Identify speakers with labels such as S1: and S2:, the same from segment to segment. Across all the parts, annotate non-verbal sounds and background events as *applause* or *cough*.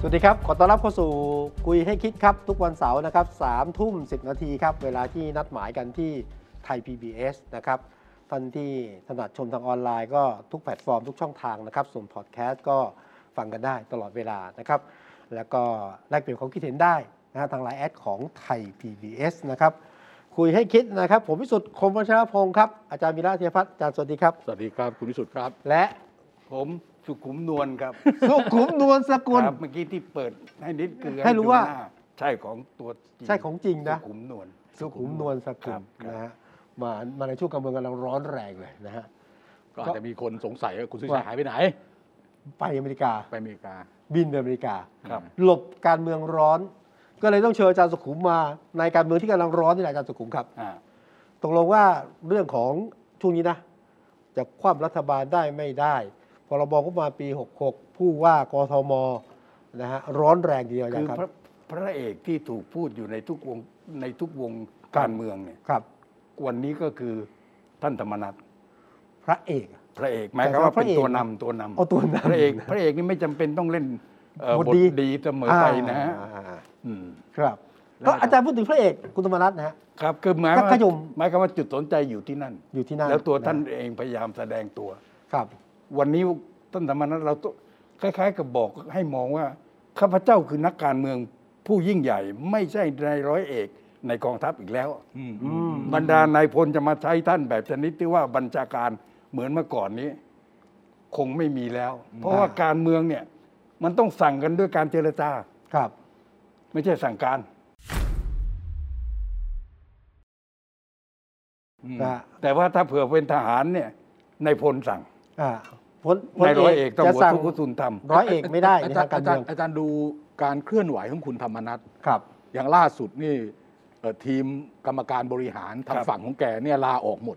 S1: สวัสดีครับ ขอต้อนรับเข้าสู่คุยให้คิดครับ ทุกวันเสาร์นะครับสามทุ่มสินาทีครับ เวลาที่นัดหมายกันที่ไทย PBS นะครับ ท่านที่ถนัดชมทางออนไลน์ก็ทุกแพลตฟอร์มทุกช่องทางนะครับ ส่วนพอดแคสต์ก็ฟังกันได้ตลอดเวลานะครับ แล้วก็แลกเปลี่ยนความคิดเห็นได้นะฮะทางไลน์แอดของไทย PBS นะครับ คุยให้คิดนะครับ ผมพิสุทธิ์คมวัชรพงศ์ครับ อาจารย์มิราเทียพัฒน์อาจารย์สวัสดีครับ
S2: สวัสดีครับ คุณวิสุทธ์ครับ
S1: และ *laughs*
S3: ผมสุขุมนวลครับ
S1: สุขุมนวลสกุล
S3: ครับเมื่อกี้ที่เปิดให้นิดเกลือ
S1: ให้รู้ว่า
S3: ดูน้ใช่ของตัวจริง
S1: ใช่ของจริงนะ
S3: สุขุมนวล
S1: สุขุมนวลสกุ
S3: ค
S1: ล
S3: รับครับ
S1: นะฮะมามาในช่วงการเมืองกำลังร้อนแรงเลยนะฮะ
S2: ก็อาจจะมีคนสงสัยว่าคุณสุ
S1: ว่า
S2: ชาหายไปไหน
S1: ไปอเมริกา
S2: ไปอเมริกา
S1: บินไปอเมริกา
S3: ครับ
S1: หลบการเมืองร้อน ก็เลยต้องเชิญอาจารย์สุขุมมาในการเมืองที่กำลังร้อนนี่แหละอาจารย์สุขุมครับ
S3: อ่า
S1: ตกลงว่าเรื่องของช่วงนี้นะ จะคว่ำรัฐบาลได้ไม่ได้พรบงบประมาณปี 66 ผู้ว่ากทมนะฮะร้อนแรงทีเดียวอาจาร
S3: คือ
S1: ย์ครับ
S3: พระพระเอกที่ถูกพูดอยู่ในทุกวงในทุกวงการเมืองเนี่ย
S1: ครับ
S3: วันนี้ก็คือท่านธรรมนัฐ
S1: พระเอกอะ
S3: พระเอกหมาย
S1: แต่
S3: ความว่า
S1: พระ
S3: เป็น
S1: เอก
S3: ตัวนำตัวนำ
S1: เอาตัวนำ
S3: พระเอกพระเอกนี่ไม่จำเป็นต้องเล่นเอ่อบ
S1: ท
S3: บท
S1: ดี
S3: ดีเสมอไปนะฮะ
S1: อ่า
S3: อืม
S1: ครับ
S3: แล้ว
S1: ก็อาจารย์พูดถึงพระเอกคุณธรรมนัฐนะฮะ
S3: ครับคือหมายว่า
S1: ขยม
S3: หมายความว่าจุดสนใจอยู่ที่นั่น
S1: อยู่ที่นั่น
S3: แล้วตัวท่านะ เองพยายามแสดงตัว
S1: ครับ
S3: วันนี้ท่านธรรมนัฐเราต้องคล้าย ๆ กับบอกให้มองว่าข้าพเจ้าคือนักการเมืองผู้ยิ่งใหญ่ ไม่ใช่นายร้อยเอกในกองทัพอีกแล้ว บรรดานายพลจะมาใช้ท่านแบบชนิดที่ว่าบัญชาการเหมือนเมื่อก่อนนี้ คงไม่มีแล้ว เพราะว่าการเมืองเนี่ยมันต้องสั่งกันด้วยการเจรจา
S1: ครับ
S3: ไม่ใช่สั่งการ
S1: นะฮะ
S3: แต่ว่าถ้าเผื่อเป็นทหารเนี่ยนายพลสั่ง
S1: อ่าพลพล
S3: นายร้อยเอกต้อง
S1: จะ
S3: หัว
S1: สั่ง
S3: ทุกขุนทำ
S1: ร้อยเอกไม่ได้
S2: อา
S1: ใน
S2: จา
S1: ทาร ง
S2: ย์
S1: การ
S2: อาจา
S1: เมือง
S2: รย์อาจารย์ดูการเคลื่อนไหวของคุณธรรมนัฐ
S1: ครับ
S2: อย่างล่าสุดนี่เอ่อทีมกรรมการบริหารทาง
S3: ครับ
S2: ฝั่งของแกเนี่ยลาออกหมด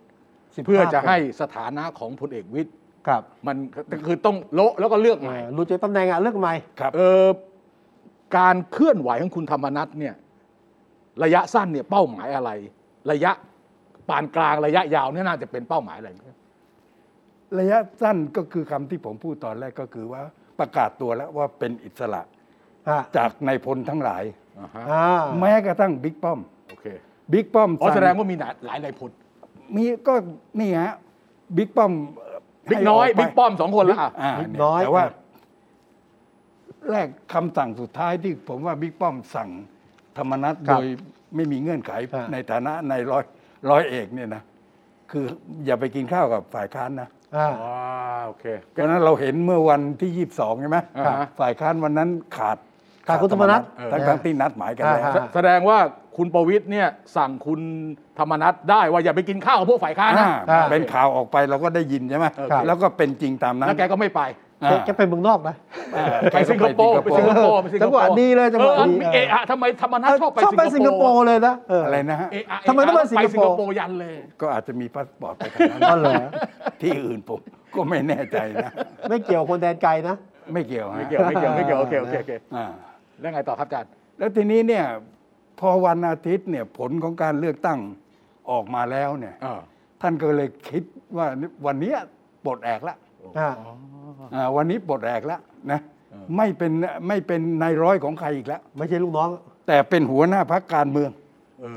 S1: 15
S2: เพื่อจะให้สถานะของพลเอกวิทย์
S1: ครับ
S2: มันคือต้องโละแล้วก็เลือกใหม่
S1: อ่าหลุดจากตำแหน่งอ่ะเลือกใหม่
S3: ครับ
S2: เออการเคลื่อนไหวของคุณธรรมนัฐเนี่ยระยะสั้นเนี่ยเป้าหมายอะไร ระยะปานกลางระยะยาวเนี่ยน่าจะเป็นเป้าหมายอะไร
S3: ระยะสั้นก็คือคำที่ผมพูดตอนแรกก็คือว่าประกาศตัวแล้วว่าเป็นอิสระ
S1: ฮะ
S3: จากนายพลทั้งหลาย
S2: อ่าฮะ
S1: อ่า
S3: แม้กระทั่งบิ๊กป้อม
S2: โอเค
S3: บิ๊กป้อม
S2: อ๋อแสดง
S3: สั่
S2: ว่ามีหลายหลายนายพล
S3: มีก็นี่ฮะบิ๊กป้อมเอ่อ
S2: บิ๊กน้อย
S3: ให้กไป
S2: บิ๊กป้อมสองคนแล้วอ่ะ
S3: อ่า
S1: นิด
S3: เ
S1: น้อย
S3: แต่ว่าแรกคำสั่งสุดท้ายที่ผมว่าบิ๊กป้อมสั่งธรรมนัต
S1: ครั
S3: โด
S1: บ
S3: ยไม่มีเงื่อนไข
S1: อ่า
S3: ในฐานะนายร้อยร้อยเอกเนี่ยนะคืออย่าไปกินข้าวกับฝ่ายค้านนะ
S1: อ่า
S2: อ๋อโอเค
S3: เพราะฉะนั้นเราเห็นเมื่อวันที่ 22 ใช่ไหม
S2: ครับ
S3: ฝ่ายค้านวันนั้นขาด
S1: ขาดคุณธรรมนัส
S3: ทั้ง
S1: เออ
S3: ทั้งที่นัดหมายกันแล้ว
S1: อ่า
S2: แสแสดงว่าคุณประวิทย์เนี่ยสั่งคุณธรรมนัฐได้ว่าอย่าไปกินข้าวกับพวกฝ่ายค้านนะ
S1: อ่า
S3: อ่าเป็นข่าวออกไปเราก็ได้ยินใช่ไหม
S1: ครับ
S3: แล้วก็เป็นจริงตามนั้น
S2: แล้วแกก็ไม่ไป
S3: อ่า
S1: แกแกไปเมืองนอกนะ
S3: อ่า
S2: ไปสิงคโปร์ไปสิงคโปร์ไปสิงคโป
S1: จั
S2: ร์
S1: งหวะดีเลยจังหวะดี
S2: เออเอะอะทำไมธรรมนัฐชอบไป
S1: ชอบไปสิงคโปร์เลยนะเ
S3: อะไรนะฮะ
S2: เอะอะ
S1: ทำไมต้องไปสิงคโปร์
S2: สิงคโปร์ยันเลย
S3: ก็อาจจะมีพาสปอร์ตไปทางนั้น
S1: อ๋อเหรอ
S3: ที่อื่นผมก็ไม่แน่ใจนะ
S1: ไม่เกี่ยวคนแดนไกลนะ
S3: ไม่เกี่ยวฮะ
S2: ไม่เกี่ยวไม่เกี่ยวไม่เกี่ยวโอเคโอเคโอเค
S3: อ่า
S2: แล้วไงต่อครับอาจารย์
S3: แล้วทีนี้เนี่ยพอวันอาทิตย์เนี่ยผลของการเลือกตั้งออกมาแล้วเนี่ย
S2: อ่า
S3: ท่านก็เลยคิดว่าวันเนี้ยปลดแอกละ
S1: อ่า
S3: อ่าวันนี้ปลดแอกแล้วนะไม่เป็นไม่เป็นนายร้อยของใครอีกแล้ว
S1: ไม่ใช่ลูกน้อง
S3: แต่เป็นหัวหน้าพักการเมือง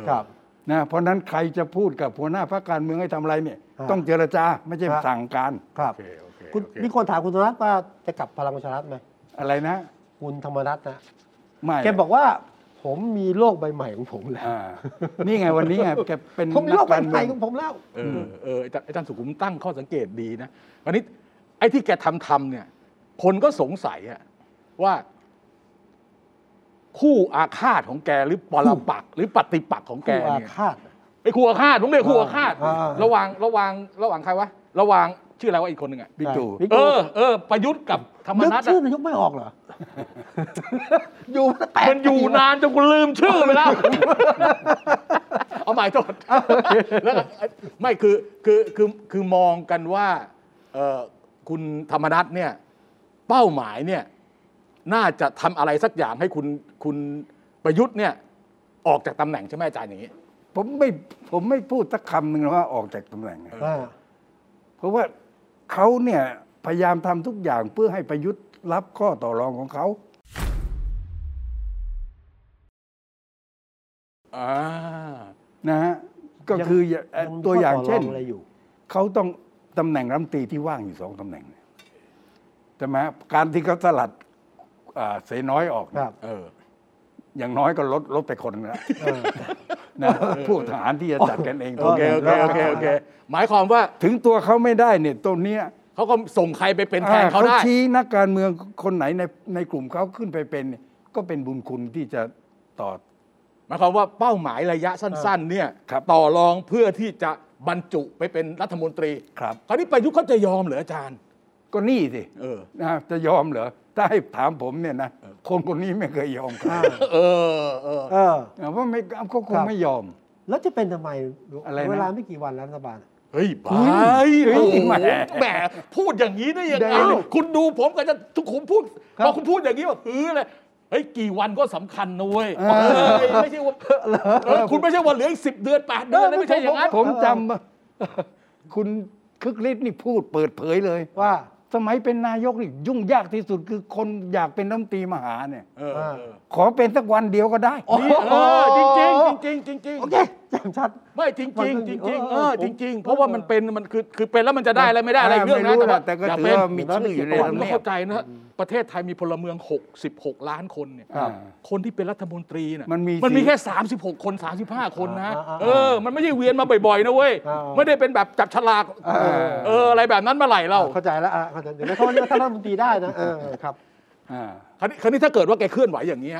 S1: ครับ
S3: นะเพราะนั้นใครจะพูดกับหัวหน้าพักการเมืองให้ทำอะไรเนี่ย
S1: อ่า
S3: ต้องเจรจาไม่ใช่
S1: ฮะ
S3: สั่งการ
S1: ครับ
S2: โอเคโอเค
S1: คุณ
S2: โอเค
S1: มีคนถามคุณธรรมนัฐว่าจะกลับพลังประชารัฐไหม
S3: อะไรนะ
S1: คุณธรรมนัฐนะ
S3: ไม่
S1: แกบอกว่าผมมีโลกใบใหม่ของผมแล้ว
S3: อ่านี่ไงวันนี้ไงแกเป็น
S1: ผมมีโล
S3: นั
S1: ก
S3: ก
S1: ใบ
S3: การ
S1: ให
S3: เมื
S1: ม่ข
S3: อง
S1: องผมแล้ว
S2: เออเอออาจารย์อาจารย์สุขุมตั้งข้อสังเกตดีนะวันนี้ไอ้ที่แกทำทำเนี่ย คนก็สงสัยอะว่า คู่อาฆาตของแกหรือปรปักษ์หรือปฏิปักษ์ของแก
S1: คู่อา
S2: เนี่ย
S1: ฆาต
S2: ไอ้คู่อาฆาตผมเรียกคู่อาฆาต
S1: อ่า
S2: ระหว่างระหว่างระหว่างใครวะระหว่าง ชื่ออะไรวะอีกคนหนึ่งอ่ะ
S3: บิ๊กตู่
S1: บิ๊ก
S2: เอ
S1: ตู่
S2: อเออประยุทธ์กับธรรม
S1: นึก
S2: นัฐ
S1: ชื่อ
S2: อะ
S1: นายกไม่ออกเหรอ อยู่าแปด
S2: มันอยู่นานจนกูลืมชื่อไปแล้ว *laughs* เอาใหม่โทษแล้วก็ไม่คือคือคือคือมองกันว่าเออคุณธรรมนัฐเนี่ย เป้าหมายเนี่ย น่าจะทำอะไรสักอย่างให้คุณคุณประยุทธ์เนี่ย ออกจากตำแหน่งใช่ไหมอาจารย์อย่างนี้
S3: ผมไม่ผมไม่พูดสักคำหนึ่งนะว่าออกจากตำแหน่งนะ
S1: อ่า
S3: เพราะว่าเขาเนี่ยพยายามทำทุกอย่างเพื่อให้ประยุทธ์รับข้อต่อรองของเขา
S2: อ่า
S3: นะฮะก็คืออย่าเอ่อตัวอย่างเช่น
S1: รอะไรอยู่
S3: เขาต้องตำแหน่งรัฐมนตรีที่ว่างอยู่สองตำแหน่งเนี่ยใช่ไหมฮะการที่เขาสลัดอ่าเสน้อยออก
S1: ค
S3: เนี่ย
S1: รับ
S2: เออ
S3: อย่างน้อยก็ลดลดไปคนนะ
S1: เออ
S3: นะพวกทหารที่จะจัดกันเอง
S1: โอ
S2: โอ
S1: เค
S2: เค
S1: โอ
S2: โอ
S1: เค
S2: เค
S1: โอเคโอ
S2: โอเคโอ
S1: เค
S2: เค หมายความว่า
S3: ถึงตัวเขาไม่ได้เนี่ยตัวเนี้ย
S2: เขาก็ส่งใครไปเป็นแทนเขาได้
S3: อ่ชี้นักการเมืองคนไหนในในกลุ่มเขาขึ้นไปเป็นเนี่ยก็เป็นบุญคุณที่จะต่อ
S2: หมายความว่าเป้าหมายระยะสั้น ๆ เนี่ย
S3: ครับ
S2: ต่อรองเพื่อที่จะบรรจุไปเป็นรัฐมนตรี
S3: ครับ
S2: คราวนี้ประยุทธ์เขาจะยอมเหรออาจารย์
S3: ก็นี่สิ
S2: เออ
S3: นะจะยอมเหรอถ้าให้ถามผมเนี่ยนะคนคนนี้ไม่เคยยอมใคร
S1: อ่า
S2: เออ เออ
S1: เออ
S3: เพราะไม่เขาค
S1: ค
S3: ง
S1: รับ
S3: ไม่ยอม
S1: แล้วจะเป็นทำไม
S3: อะไรนะ
S1: เวลาไม่กี่วันแล้วรัฐบาล
S2: เฮ้ยไป
S3: เฮ้ย
S2: โอ้โห
S3: แหม
S2: แหมพูดอย่างนี้ได้ยัง
S3: ได้
S2: ไงคุณดูผมกับจะทุกคนพูด
S1: ครับ
S2: พอคุณพูดอย่างนี้แบบฮือเลยเฮ้ยกี่วันก็สำคัญนะเว้ยเฮ้ยไม่ใช่ว่าเออคุณไม่ใช่ว่าเหลืออีกสิบเดือนแปดเดือนนะไม่ใช่อย่างนั้น
S3: ผมจำว่า *laughs* คุณคึกฤทธิ์นี่พูดเปิดเผยเลย
S1: ว่า
S3: สมัยเป็นนายกนี่ยุ่งยากที่สุดคือคนอยากเป็นรัฐมนตรีมหาเนี่ย
S2: เออเออ
S3: ขอเป็นสักวันเดียวก็ได้
S2: *laughs* นี่เออจริงจริงจริงจริงจริง
S1: โอเคแจ่มชัด
S2: ไม่จริงจริง
S1: มัน
S2: จ
S1: ก็
S2: ริง
S1: เออ
S2: ๆเออ
S1: ผม
S2: จริง ๆ เพราะว่ามันเป็นมันคือคือเป็นแล้วมันจะได้อะไรไม่ได้อะไรอีกเรื่อง
S3: ไม่
S2: นะ
S3: รู้
S2: แต่ว่า
S3: นะแต่ก็
S2: อย่า
S3: ถือ
S2: เป็น
S3: ว่ามีชื่ออยู่ใน
S2: ผม
S3: ลำ
S2: ก็
S3: เนียบ
S2: เข้าใจนะประเทศไทยมีพลเมือง 66 ล้านคนเนี่ย
S3: อ่า
S2: คนที่เป็นรัฐมนตรีน่ะ
S3: มันมี
S2: มันมี
S3: สิ
S2: แค่ 36 คน 35 คนนะ
S1: อ่าอ่าอ่า
S2: เออ มันไม่ใช่เวียนมาบ่อยๆนะเว้ย
S1: อ่า
S2: ไม่ได้เป็นแบบจับฉลากเอออะไรแบบนั้นเมาไหร่เรา
S1: เข้าใจแล้วอ่ะเข้าใจเดี๋ยวไม่เข้าเรื่องท่านรัฐมนตรีได้
S2: *laughs*
S1: นะเออครับ
S3: อ่า
S2: คราวนี้คราวนี้ถ้าเกิดว่าแกเคลื่อนไหวอย่างนี้ย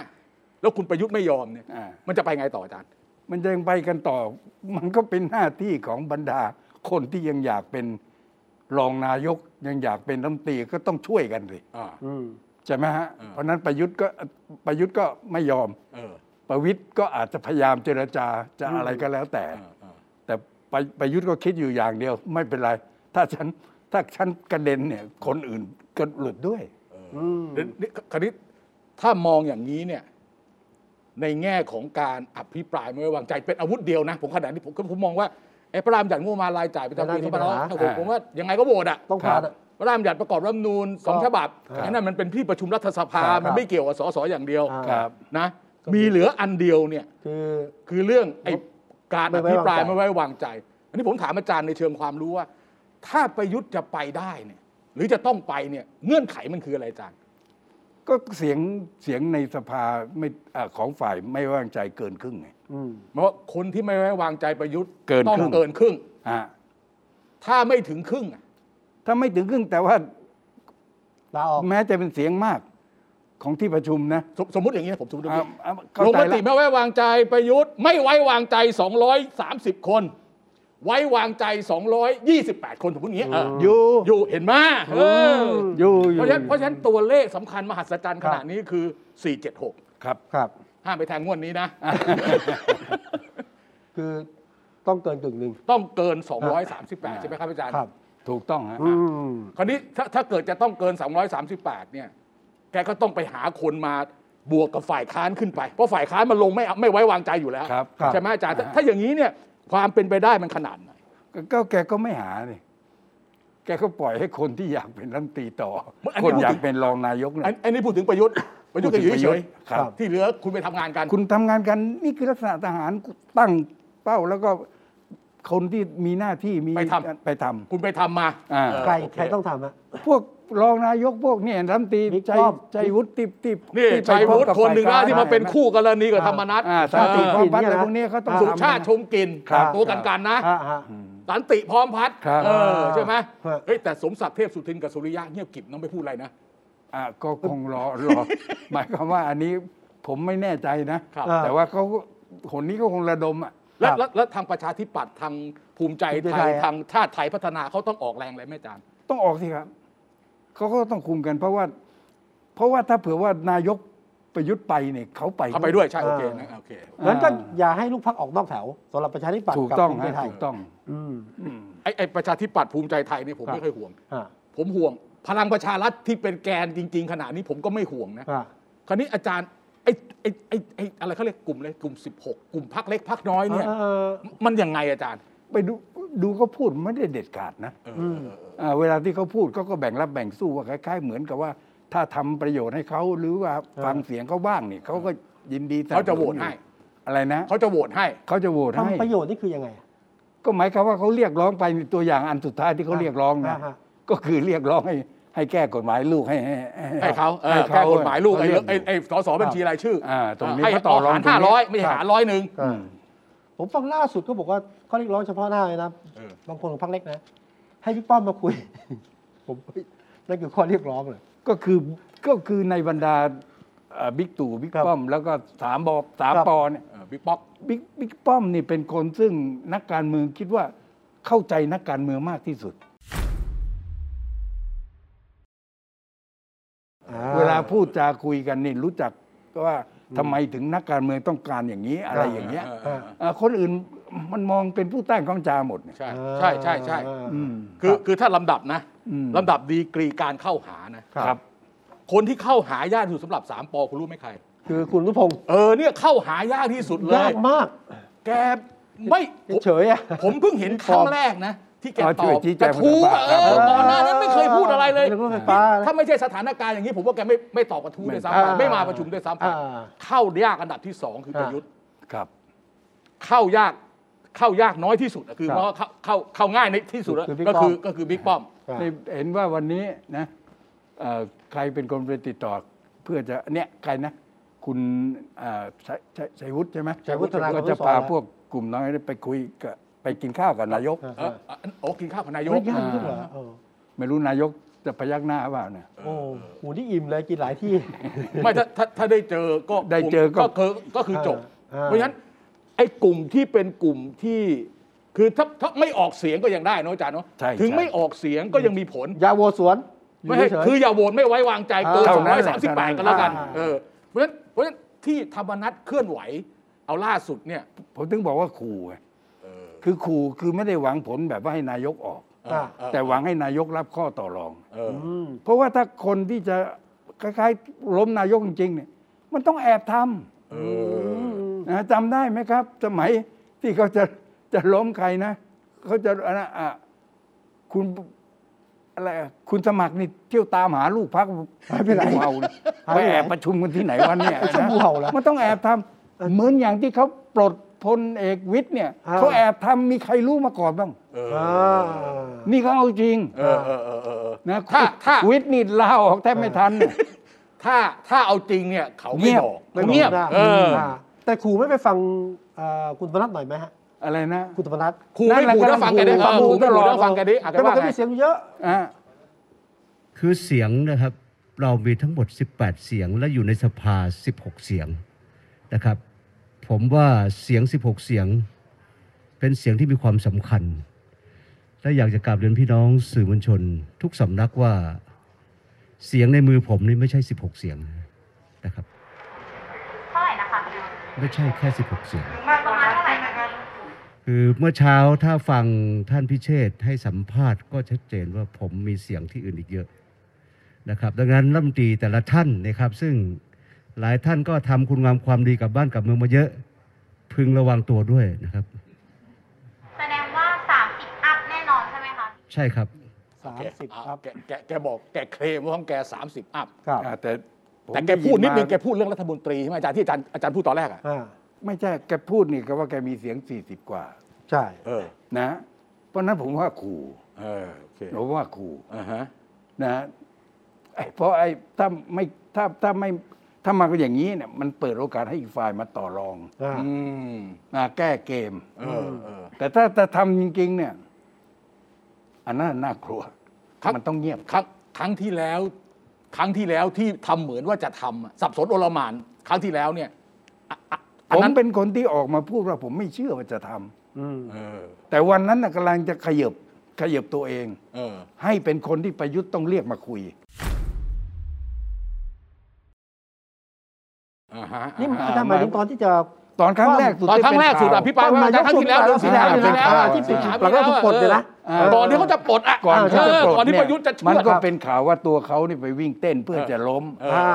S2: แล้วคุณประยุทธ์ไม่ยอมเนี่ย
S3: อ่า
S2: มันจะไปไงต่ออาจารย์
S3: มันยังไปกันต่อ มันก็เป็นหน้าที่ของบรรดา คนที่ยังอยากเป็นรองนายกยังอยากเป็นรัฐมนตรีก็ต้องช่วยกันสิ
S2: อ่า
S1: อืม
S3: ใช่ไหมฮะ
S2: อ่า
S3: เพราะฉะนั้นประยุทธ์ก็ประยุทธ์ก็ไม่ยอม
S2: เออ
S3: ประวิทย์ก็อาจจะพยายามเจรจาจะ
S1: อืม
S3: อะไรก็แล้วแต่
S2: เออเออ
S3: แต่ประประยุทธ์ก็คิดอยู่อย่างเดียว ไม่เป็นไร ถ้าฉันถ้าฉันกระเด็นเนี่ย คนอื่นก็หลุดด้วย
S1: อืม
S2: เดี๋ยวนี่คราวนี้ถ้ามองอย่างนี้เนี่ย ในแง่ของการอภิปรายไม่ไว้วางใจเป็นอาวุธเดียวนะ ผมขนาดนี้ผมก็ผมมองว่าไอ้พระรามหยัดงบประมาณรายจ่ายไปตามปี
S1: ไม่น่ามี
S2: ที่
S1: ปั
S2: พัน
S1: ญหา
S2: ผมผมว่ายังไงก็โหวตอ่ะ
S1: ต้องผ่านอ่ะ
S2: พระรามหยัดประกอบรัฐธรรมนูญสอง
S1: ครับ
S2: ฉบับ
S1: ครับ
S2: ไอ้นั่นมันเป็นที่ประชุมรัฐสภา
S1: ครับ
S2: มันไม่เกี่ยวกับสสอย่างเดียว
S1: อ่า
S3: ครับ
S2: นะ มีเหลืออันเดียวเนี่ย
S1: คือ
S2: คือเรื่องไอ้การ
S1: ไม่
S2: อ
S1: ไว้
S2: ภิ
S1: วางใจ
S2: ปรายไม่ไว้วางใจ อันนี้ผมถามอาจารย์ในเชิงความรู้ว่า ถ้าประยุทธ์จะไปได้เนี่ย หรือจะต้องไปเนี่ย เงื่อนไขมันคืออะไรอาจารย์
S3: ก็เสียงเสียงในสภาไม่อ่าของฝ่ายไม่ไว้วางใจเกินครึ่งไง
S1: อืม
S2: หมายว่าคนที่ไม่ไว้วางใจประยุทธ์
S3: เกิน
S2: ต้อง
S3: ครึ่ง
S2: เกินครึ่ง
S3: ฮะ
S2: ถ้าไม่ถึงครึ่งอะ
S3: ถ้าไม่ถึงครึ่งแต่ว่า
S1: ลาออก
S3: แม้จะเป็นเสียงมากของที่ประชุมนะ
S2: สมสมมติอย่างนี้นะผมสมมติอย่าง
S3: อ่า
S2: นี้ล
S3: อ่าเข้าง
S2: ม
S3: ใจแล้
S2: ติ
S3: ว
S2: ไม่ไว้วางใจประยุทธ์ไม่ไว้วางใจ 230 คน ไว้วางใจ 228 คนสมมติอย่างนี้เอออ
S3: อยู่
S2: อยู่เห็นไหมเออ
S3: อยู่อ
S2: เพ
S3: ยู่
S2: ราะฉะนั้นเพราะฉะนั้นตัวเลขสำคัญมหัศจรรย์ขนาดนี้คือ 476
S3: ครับ
S1: ครับ
S2: ห้ามไปแทงงวดนี้นะ *laughs*
S1: คือต้องเกินกึ่งหนึ่ง
S2: ต้องเกิน 238 ใช่ไหมครับอาจารย์
S1: ครับ
S3: ถูกต้องฮะ
S1: อืม
S2: คราวนี้ถ้าถ้าเกิดจะต้องเกิน 238 เนี่ย แกก็ต้องไปหาคนมาบวกกับฝ่ายค้านขึ้นไป เพราะฝ่ายค้านมันลงไม่เอาไม่ไว้วางใจอยู่แล้ว
S3: ครับ
S1: ครับ
S2: ใช่ไหมอาจารย์ถ้าถ้าอย่างนี้เนี่ย ความเป็นไปได้มันขนาดไหน
S3: ก็ก็แกก็ไม่หาเนี่ยแกก็ปล่อยให้คนที่อยากเป็นรัฐมนตรีต่อ
S2: อันนี้
S3: คนอยากเป็นรองนายกเนี่ย
S2: อันอันนี้พูดถึงประยุทธ์ ประยุทธ์ก็อยู่เฉย
S3: ครับ
S2: ที่เหลือคุณไปทำงานกัน
S3: คุณทำงานกันนี่คือลักษณะทหารตั้งเป้าแล้วก็คนที่มีหน้าที่มี
S2: ไปทำ
S3: ไปท
S2: คุณไปทำมา
S3: อ่า
S2: เออ
S1: ใคร
S2: โอเ
S1: ใครต้องทำอะ
S3: ำพวกรองนายกพวกเนี่ยรัฐมนตรี
S1: บิ๊ก
S3: ใจ
S1: ป้อม
S3: ใจวุฒิติบติบ
S2: นี่
S3: ที่ไป
S2: ชัยวุฒิ
S3: พบกับ
S2: คนหนึ่งนะที่มาเป็นคู่กรณีกับธรรมนัฐ
S3: ฝ่ายค้านอ่าสันติ
S1: เออ
S3: พร้อมพัฒน์
S1: เนี่ย
S3: อะไร
S1: นะ
S3: พวกเนี้ยเขาต้อง
S2: สุ
S3: ทำ
S2: ชาติชมกลิน
S1: ครับ
S2: ตัวกันกันนะ
S1: อ่าฮะ
S2: สันติพร้อมพัฒน์
S3: ครับ
S2: เออใช่ไหม
S1: ครับ
S2: เฮ้ยแต่สมศักดิ์เทพสุทินกับสุริยะเงียบกริบน้องไปพูดอะไรนะ
S3: อ่าก็คงรอรอ หมายความว่าอันนี้ผมไม่แน่ใจนะ
S2: ครับ
S3: แต่ว่าเขาก็คนนี้ก็คงระดมอ่ะ
S2: และ
S1: ครับ
S2: และและทางประชาธิปัตย์ทางภูมิใจ
S1: ภูมิ
S2: ไท
S1: ใจไท
S2: ย
S1: ยอะ
S2: ทางชาติไทยพัฒนาเขาต้องออกแรงอะไรไหมอาจารย์
S3: ต้องออกสิครับเขาก็ต้องคุมกันเพราะว่า เพราะว่าถ้าเผื่อว่านายกประยุทธ์ไปเนี่ยเขาไป
S2: เข้าไปด้วยใช่โอเคนะโอเค
S1: งั้นก็
S3: อ่า
S1: อย่าให้ลูกพักออกนอกแถวสำหรับประชาธิปัตย์
S3: ถูก
S1: กับ
S3: ต้อง
S1: ภูมิใจ
S3: ฮะ
S1: ไทย
S3: ถูกต้อง
S1: อืม
S3: อืม
S2: ไอ้ไอ้ประชาธิปัตย์ภูมิใจไทยเนี่ยผม
S1: ครับ
S2: ไม่ค่อยห่วง
S1: อ่า
S2: ผมห่วง พลังประชารัฐที่เป็นแกนจริง ๆ ขณะนี้ผมก็ไม่ห่วงนะ
S1: อ่า
S2: คราวนี้อาจารย์ไอ้ไอ้ไอ้ไอ้อะไรเขาเรียกกลุ่มเลยกลุ่ม 16 กลุ่มพักเล็กพักน้อยเนี่ย มันยังไงอาจารย์
S3: ไปดูดูเขาพูดไม่ได้เด็ดขาดนะ
S2: เออ
S1: อืม
S2: เออเออ
S3: อ่าเวลาที่เขาพูดเขาก็แบ่งรับแบ่งสู้ว่าคล้ายๆเหมือนกับว่า ถ้าทำประโยชน์ให้เขาหรือว่าฟังเสียงเขาบ้างนี่เขาก็ยินดีสนับสนุน
S2: เขาจะโหวตให้
S3: อะไรนะ
S2: เขาจะโหวตให้
S3: เขาจะโหวตให้
S1: ทำประโยชน์นี่คือยังไง
S3: ก็หมายความว่าเขาเรียกร้องไปนี่ตัวอย่างอันสุดท้ายที่เขาเรียกร้องนะ
S1: าฮ
S3: ก็คือเรียกร้องให้ให้แก้กฎหมายลูกให้ให้
S2: ให้เขาเออแก้กฎหมายลูกไอ้เรื่องไอ้ไอ้สอสอบัญชีรายชื่ออ
S3: อ่าตรงนี้
S2: ให้
S3: เขาต่อรอง
S2: หารห้าร้อยไม่ใช่หารร้อยหนึ่ง
S3: อืม
S1: ผมฟังล่าสุดก็บอกว่าข้อเรียกร้องเฉพาะหน้าเลยนะ
S2: เออ
S1: บางคนของพรรคเล็กนะ ให้พี่ป้อมมาคุย *laughs* ผมเฮ้ยนั่นคือข้อเรียกร้องเลย
S3: ก็คือก็คือในบรรดาเอ่อบิ๊กตู่บิ๊ก
S1: ครับ
S3: ป้อมแล้วก็สามบอสาม
S1: ครับ
S3: ปอเนี่ย
S2: เออบิ๊กป๊อก
S3: บิ๊กบิ๊กป้อมนี่เป็นคนซึ่งนักการเมืองคิดว่าเข้าใจนักการเมืองมากที่สุด
S1: อ่
S3: เวลาพูดจาคุยกันนี่รู้จักว่าทำไมถึงนักการเมืองต้องการอย่างนี้อะไรอย่างเงี้ย
S2: เออ
S3: เอ่อคนอื่นมันมองเป็นผู้ใต้ข้อบัญชาหมดเนี่ย
S2: ใช่ใช่ใช่ใช่
S1: อ่า
S3: อืม
S2: คือคือถ้าลำดับนะ
S3: อืม
S2: ลำดับดีกรีการเข้าหานะครับ คนที่เข้าหายากที่สุดสำหรับสามปอคุณรู้ไหมใคร
S1: คือคุณรุพงศ์
S2: เออเนี่ยเข้าหายากที่สุดเลย
S1: าก
S2: ย
S1: มาก
S2: แกไม่ผม
S1: เฉยๆอ่ะ
S2: ผมเพิ่งเห็นครั้งแรกนะ ที่แก
S3: อ๋อ
S2: ต
S3: ช่
S2: อ
S3: วย
S2: บ
S3: ชี้แจ
S2: ก
S3: ง
S2: ระทู้อะ
S3: ค
S2: เอ
S3: รับ
S2: อก่อนหน้านั้นไม่เคยพูดอะไรเลย
S1: เรื่องรถไฟฟ้านะ
S2: ถ้าไม่ใช่สถานการณ์อย่างนี้ ผมว่าแกไม่ไม่ตอบกระทู้ด้วยซ้ำไป
S1: อ่า
S2: ไม่มาประชุมด้วยซ้ำไป
S1: อ่า
S2: เข้ายากอันดับที่สองคือประยุทธ์
S3: ครับ
S2: เข้ายากเข้ายากน้อยที่สุดอะคือ
S1: ครับ
S2: เพราะว่าเข้าเข้าเข้าง่ายในที่สุดแล้ว
S1: คือบิ๊ก
S2: ก็คื
S1: ป้
S2: อ
S1: อม
S2: ก็คือบิ๊กป้อม
S3: นี่เห็นว่าวันนี้นะเอ่อใครเป็นคนไปติดต่อเพื่อจะเนี่ยใครนะ คุณเอ่อชัยชัยชัยวุฒิใช่ไหม
S1: ชัยวุฒิธนาค
S3: ก็
S1: ม
S3: จะ
S1: สอน
S3: พา
S1: แล้ว
S3: พวกกลุ่มน้องไปคุยกับไปกินข้าวกับนายก
S2: เออเออโอ้กินข้าวกับนายก
S1: ไม่ยากด้วยเหรอเออ
S3: ไม่รู้นายกจะพยักหน้าเปล่าเนี่ย
S1: โอ้โหนี่อิ่มเลยกินหลายที่ *laughs*
S2: ไม่ถ้าถ้าถ้าได้เจอก็
S3: ได้เจอก็
S2: คือก็คือจบ
S1: อ่า
S2: เพราะฉะนั้นไอ้กลุ่มที่เป็นกลุ่มที่คือถ้าถ้าไม่ออกเสียงก็ยังได้เนอะอาจารย์เนาะ
S3: ใช่
S2: ถึง
S3: ใช่
S2: ไม่ออกเสียงก็ยังมีผล
S1: ยาโวสวน
S2: ไม่ให้
S1: ยู่เฉย
S2: คืออย่าโหวตไม่ไว้วางใจเกิน
S1: อ่า
S2: สองร้อยสามสิบแปด
S3: เท่านั้น
S2: กันแล้วกัน
S1: อ่า
S2: เออเพราะฉะนั้นเพราะฉะนั้นที่ธรรมนัตเคลื่อนไหว เอาล่าสุดเนี่ย
S3: ผมถึงบอกว่าขู่ไงคือขู่คือไม่ได้หวังผลแบบว่าให้นายกออก
S2: เออเออ
S3: แต่หวังให้นายกรับข้อต่อรอง
S2: เออ
S1: ๆอืม
S3: เพราะว่าถ้าคนที่จะคล้ายๆล้มนายกจริงๆเนี่ยมันต้องแอบท
S2: เออ
S3: ำนะจำได้ไหมครับ สมัยที่เขาจะจะล้มใครนะเขาจะอะนะอ่ะคุณอะไรอ่ะคุณสมัครนี่เที่ยวตามหาลูกพัก
S1: ไปไหน
S3: เอานะ
S1: หาย
S3: ไป
S1: ไปไหน
S3: แอบประชุมกันที่ไหนวันเนี่ย
S1: ประชุม
S3: นะ
S1: ภูเขาเหรอ
S3: มันต้องแอบทำเหมือนอย่างที่เขาปลดพลเอกวิทย์เนี่ย
S1: อ่า
S3: เขาแอบทำมีใครรู้มาก่อนบ้าง
S2: เออ
S1: อ่า
S3: นี่เขาเอาจริง
S2: เออเออเออเออ
S3: นะ
S2: ถ้าถ้า
S3: วิทย์นี่ลาออกแทบไม่ทันเนี่ย
S2: ถ้าถ้าเอาจริงเนี่ยเขา
S3: เงี
S2: ไม่
S3: ยบ
S2: บอก
S1: ไม่
S2: เงียบ
S1: ได้
S2: เออ
S1: มแต่ครูไม่ไปฟังเอ่อคุณธรรมนัทหน่อยไหมฮะ
S3: อะไรนะ
S1: คุณธรรมนัท
S2: ครูไม่
S3: นั่นแหละ
S2: ขู่นะฟังแกได้
S3: ค
S2: ฟั
S3: รับ
S2: งครู
S3: ครู
S2: ไม่
S3: ตล
S2: ขู่
S3: อด
S2: นะฟังแกดิอาจ
S1: แต่
S2: จะ
S1: มัน
S2: ว่า
S1: ก็
S2: ไง
S1: มีเสียงเยอะ
S3: อ่ะ
S4: คือเสียงนะครับ เรามีทั้งหมด 18 เสียงและอยู่ในสภา 16 เสียงนะครับ ผมว่าเสียง 16 เสียง เป็นเสียงที่มีความสำคัญ และอยากจะกราบเรียนพี่น้องสื่อมวลชน ทุกสำนักว่า เสียงในมือผมนี่ไม่ใช่ 16 เสียงนะครับ
S5: เท่าไหร่นะคะ
S4: ไม่ใช่แค่ 16 เสียง
S5: มาประมาณเท่าไหร่นะคะ
S4: คือเมื่อเช้าถ้าฟังท่านพิเชษฐ์ให้สัมภาษณ์ก็ชัดเจนว่าผมมีเสียงที่อื่นอีกเยอะนะครับ ดังนั้นรัฐมนตรีแต่ละท่านนะครับ ซึ่งหลายท่านก็ทำคุณงามความดีกับบ้านกับเมืองมาเยอะ พึงระวังตัวด้วยนะครับ
S5: แสดงว่า 30 อัพแน่นอนใช่ไหมคะ
S4: ใช่ครับ
S1: สามสิบ
S2: อ่ะ
S1: ครับ
S2: แกแกแกบอกแกเคลมว่าของแก 30 อัพ
S1: ครับ
S3: อ่ะแต่ผม
S2: แต่แกพูดนิดนึงแก
S3: ไยิมา
S2: พูดเรื่องรัฐมนตรีใช่ไหมอาจารย์ที่อาจารย์อาจารย์พูดตอนแรกอ่ะ
S1: อ่า
S3: ไม่ใช่แกพูดนี่ก็ว่าแกมีเสียง 40 กว่า
S1: ใช่
S2: เออ
S3: นะ เพราะฉะนั้นผมว่าขู่
S2: เออโอเค
S3: ผมว่าขู่
S2: อ่าฮะ
S3: นะไอ้เพราะไอ้ถ้าไม่ถ้าถ้าไม่ถ้ามาก็อย่างนี้เนี่ยมันเปิดโอกาสให้อีกฝ่ายมาต่อรอง
S1: อ่า
S2: อืม
S3: มาแก้เกม
S2: เออเออ
S3: แต่ถ้าจะทำจริง ๆ เนี่ย อันนั้นน่ากลัว
S2: ครับ
S3: มันต้องเงียบ
S2: ครั้งครั้งที่แล้ว ครั้งที่แล้วที่ทำเหมือนว่าจะทำอะสับสนโอลหมาน ครั้งที่แล้วเนี่ยอ่ะอ่ะอัน
S3: ผม
S2: นั้น
S3: เป็นคนที่ออกมาพูดว่าผมไม่เชื่อว่าจะทำ
S1: อืม
S2: เออ
S3: แต่วันนั้นน่ะกำลังจะขยบ ขยับตัวเอง
S2: เออ
S3: ให้เป็นคนที่ประยุทธ์ต้องเรียกมาคุย
S2: อ่าฮะ
S1: นี่
S2: อ่าฮะ
S1: ทำไมายถึงตอนที่จะ
S3: ตอนครั้งแรกสุด
S2: ตอน
S3: ที่
S2: ครั้ง
S3: เป็
S2: แรก
S3: ข่ว
S2: สุดอภิปราย
S1: ตอ
S2: ว่าน
S1: นายก
S2: ครั้งที่แล้ว
S1: ชุ
S2: เรื่อง
S1: ม
S2: สีดา
S1: เรื่อง
S2: ที่แล้ว
S1: อ่า
S2: เรื่องสีดา
S1: ที่ปิดหลังแรกเขาจะปลดเลยนะ
S3: เออ
S2: ก่อนที่เขาจะปลดอ่ะ
S3: ก่อน
S1: เออ
S2: เออ
S3: ที่จะปลด
S2: ก่อนที่
S3: เนี่
S2: ประยุทธ์จะเชื่
S3: มัน
S2: อ
S3: ก็
S2: ครับ
S3: เป็นข่าวว่าตัวเขานี่ไปวิ่งเต้นเพื่อ
S2: เออ
S3: จะล้ม
S2: เออ
S1: อ่า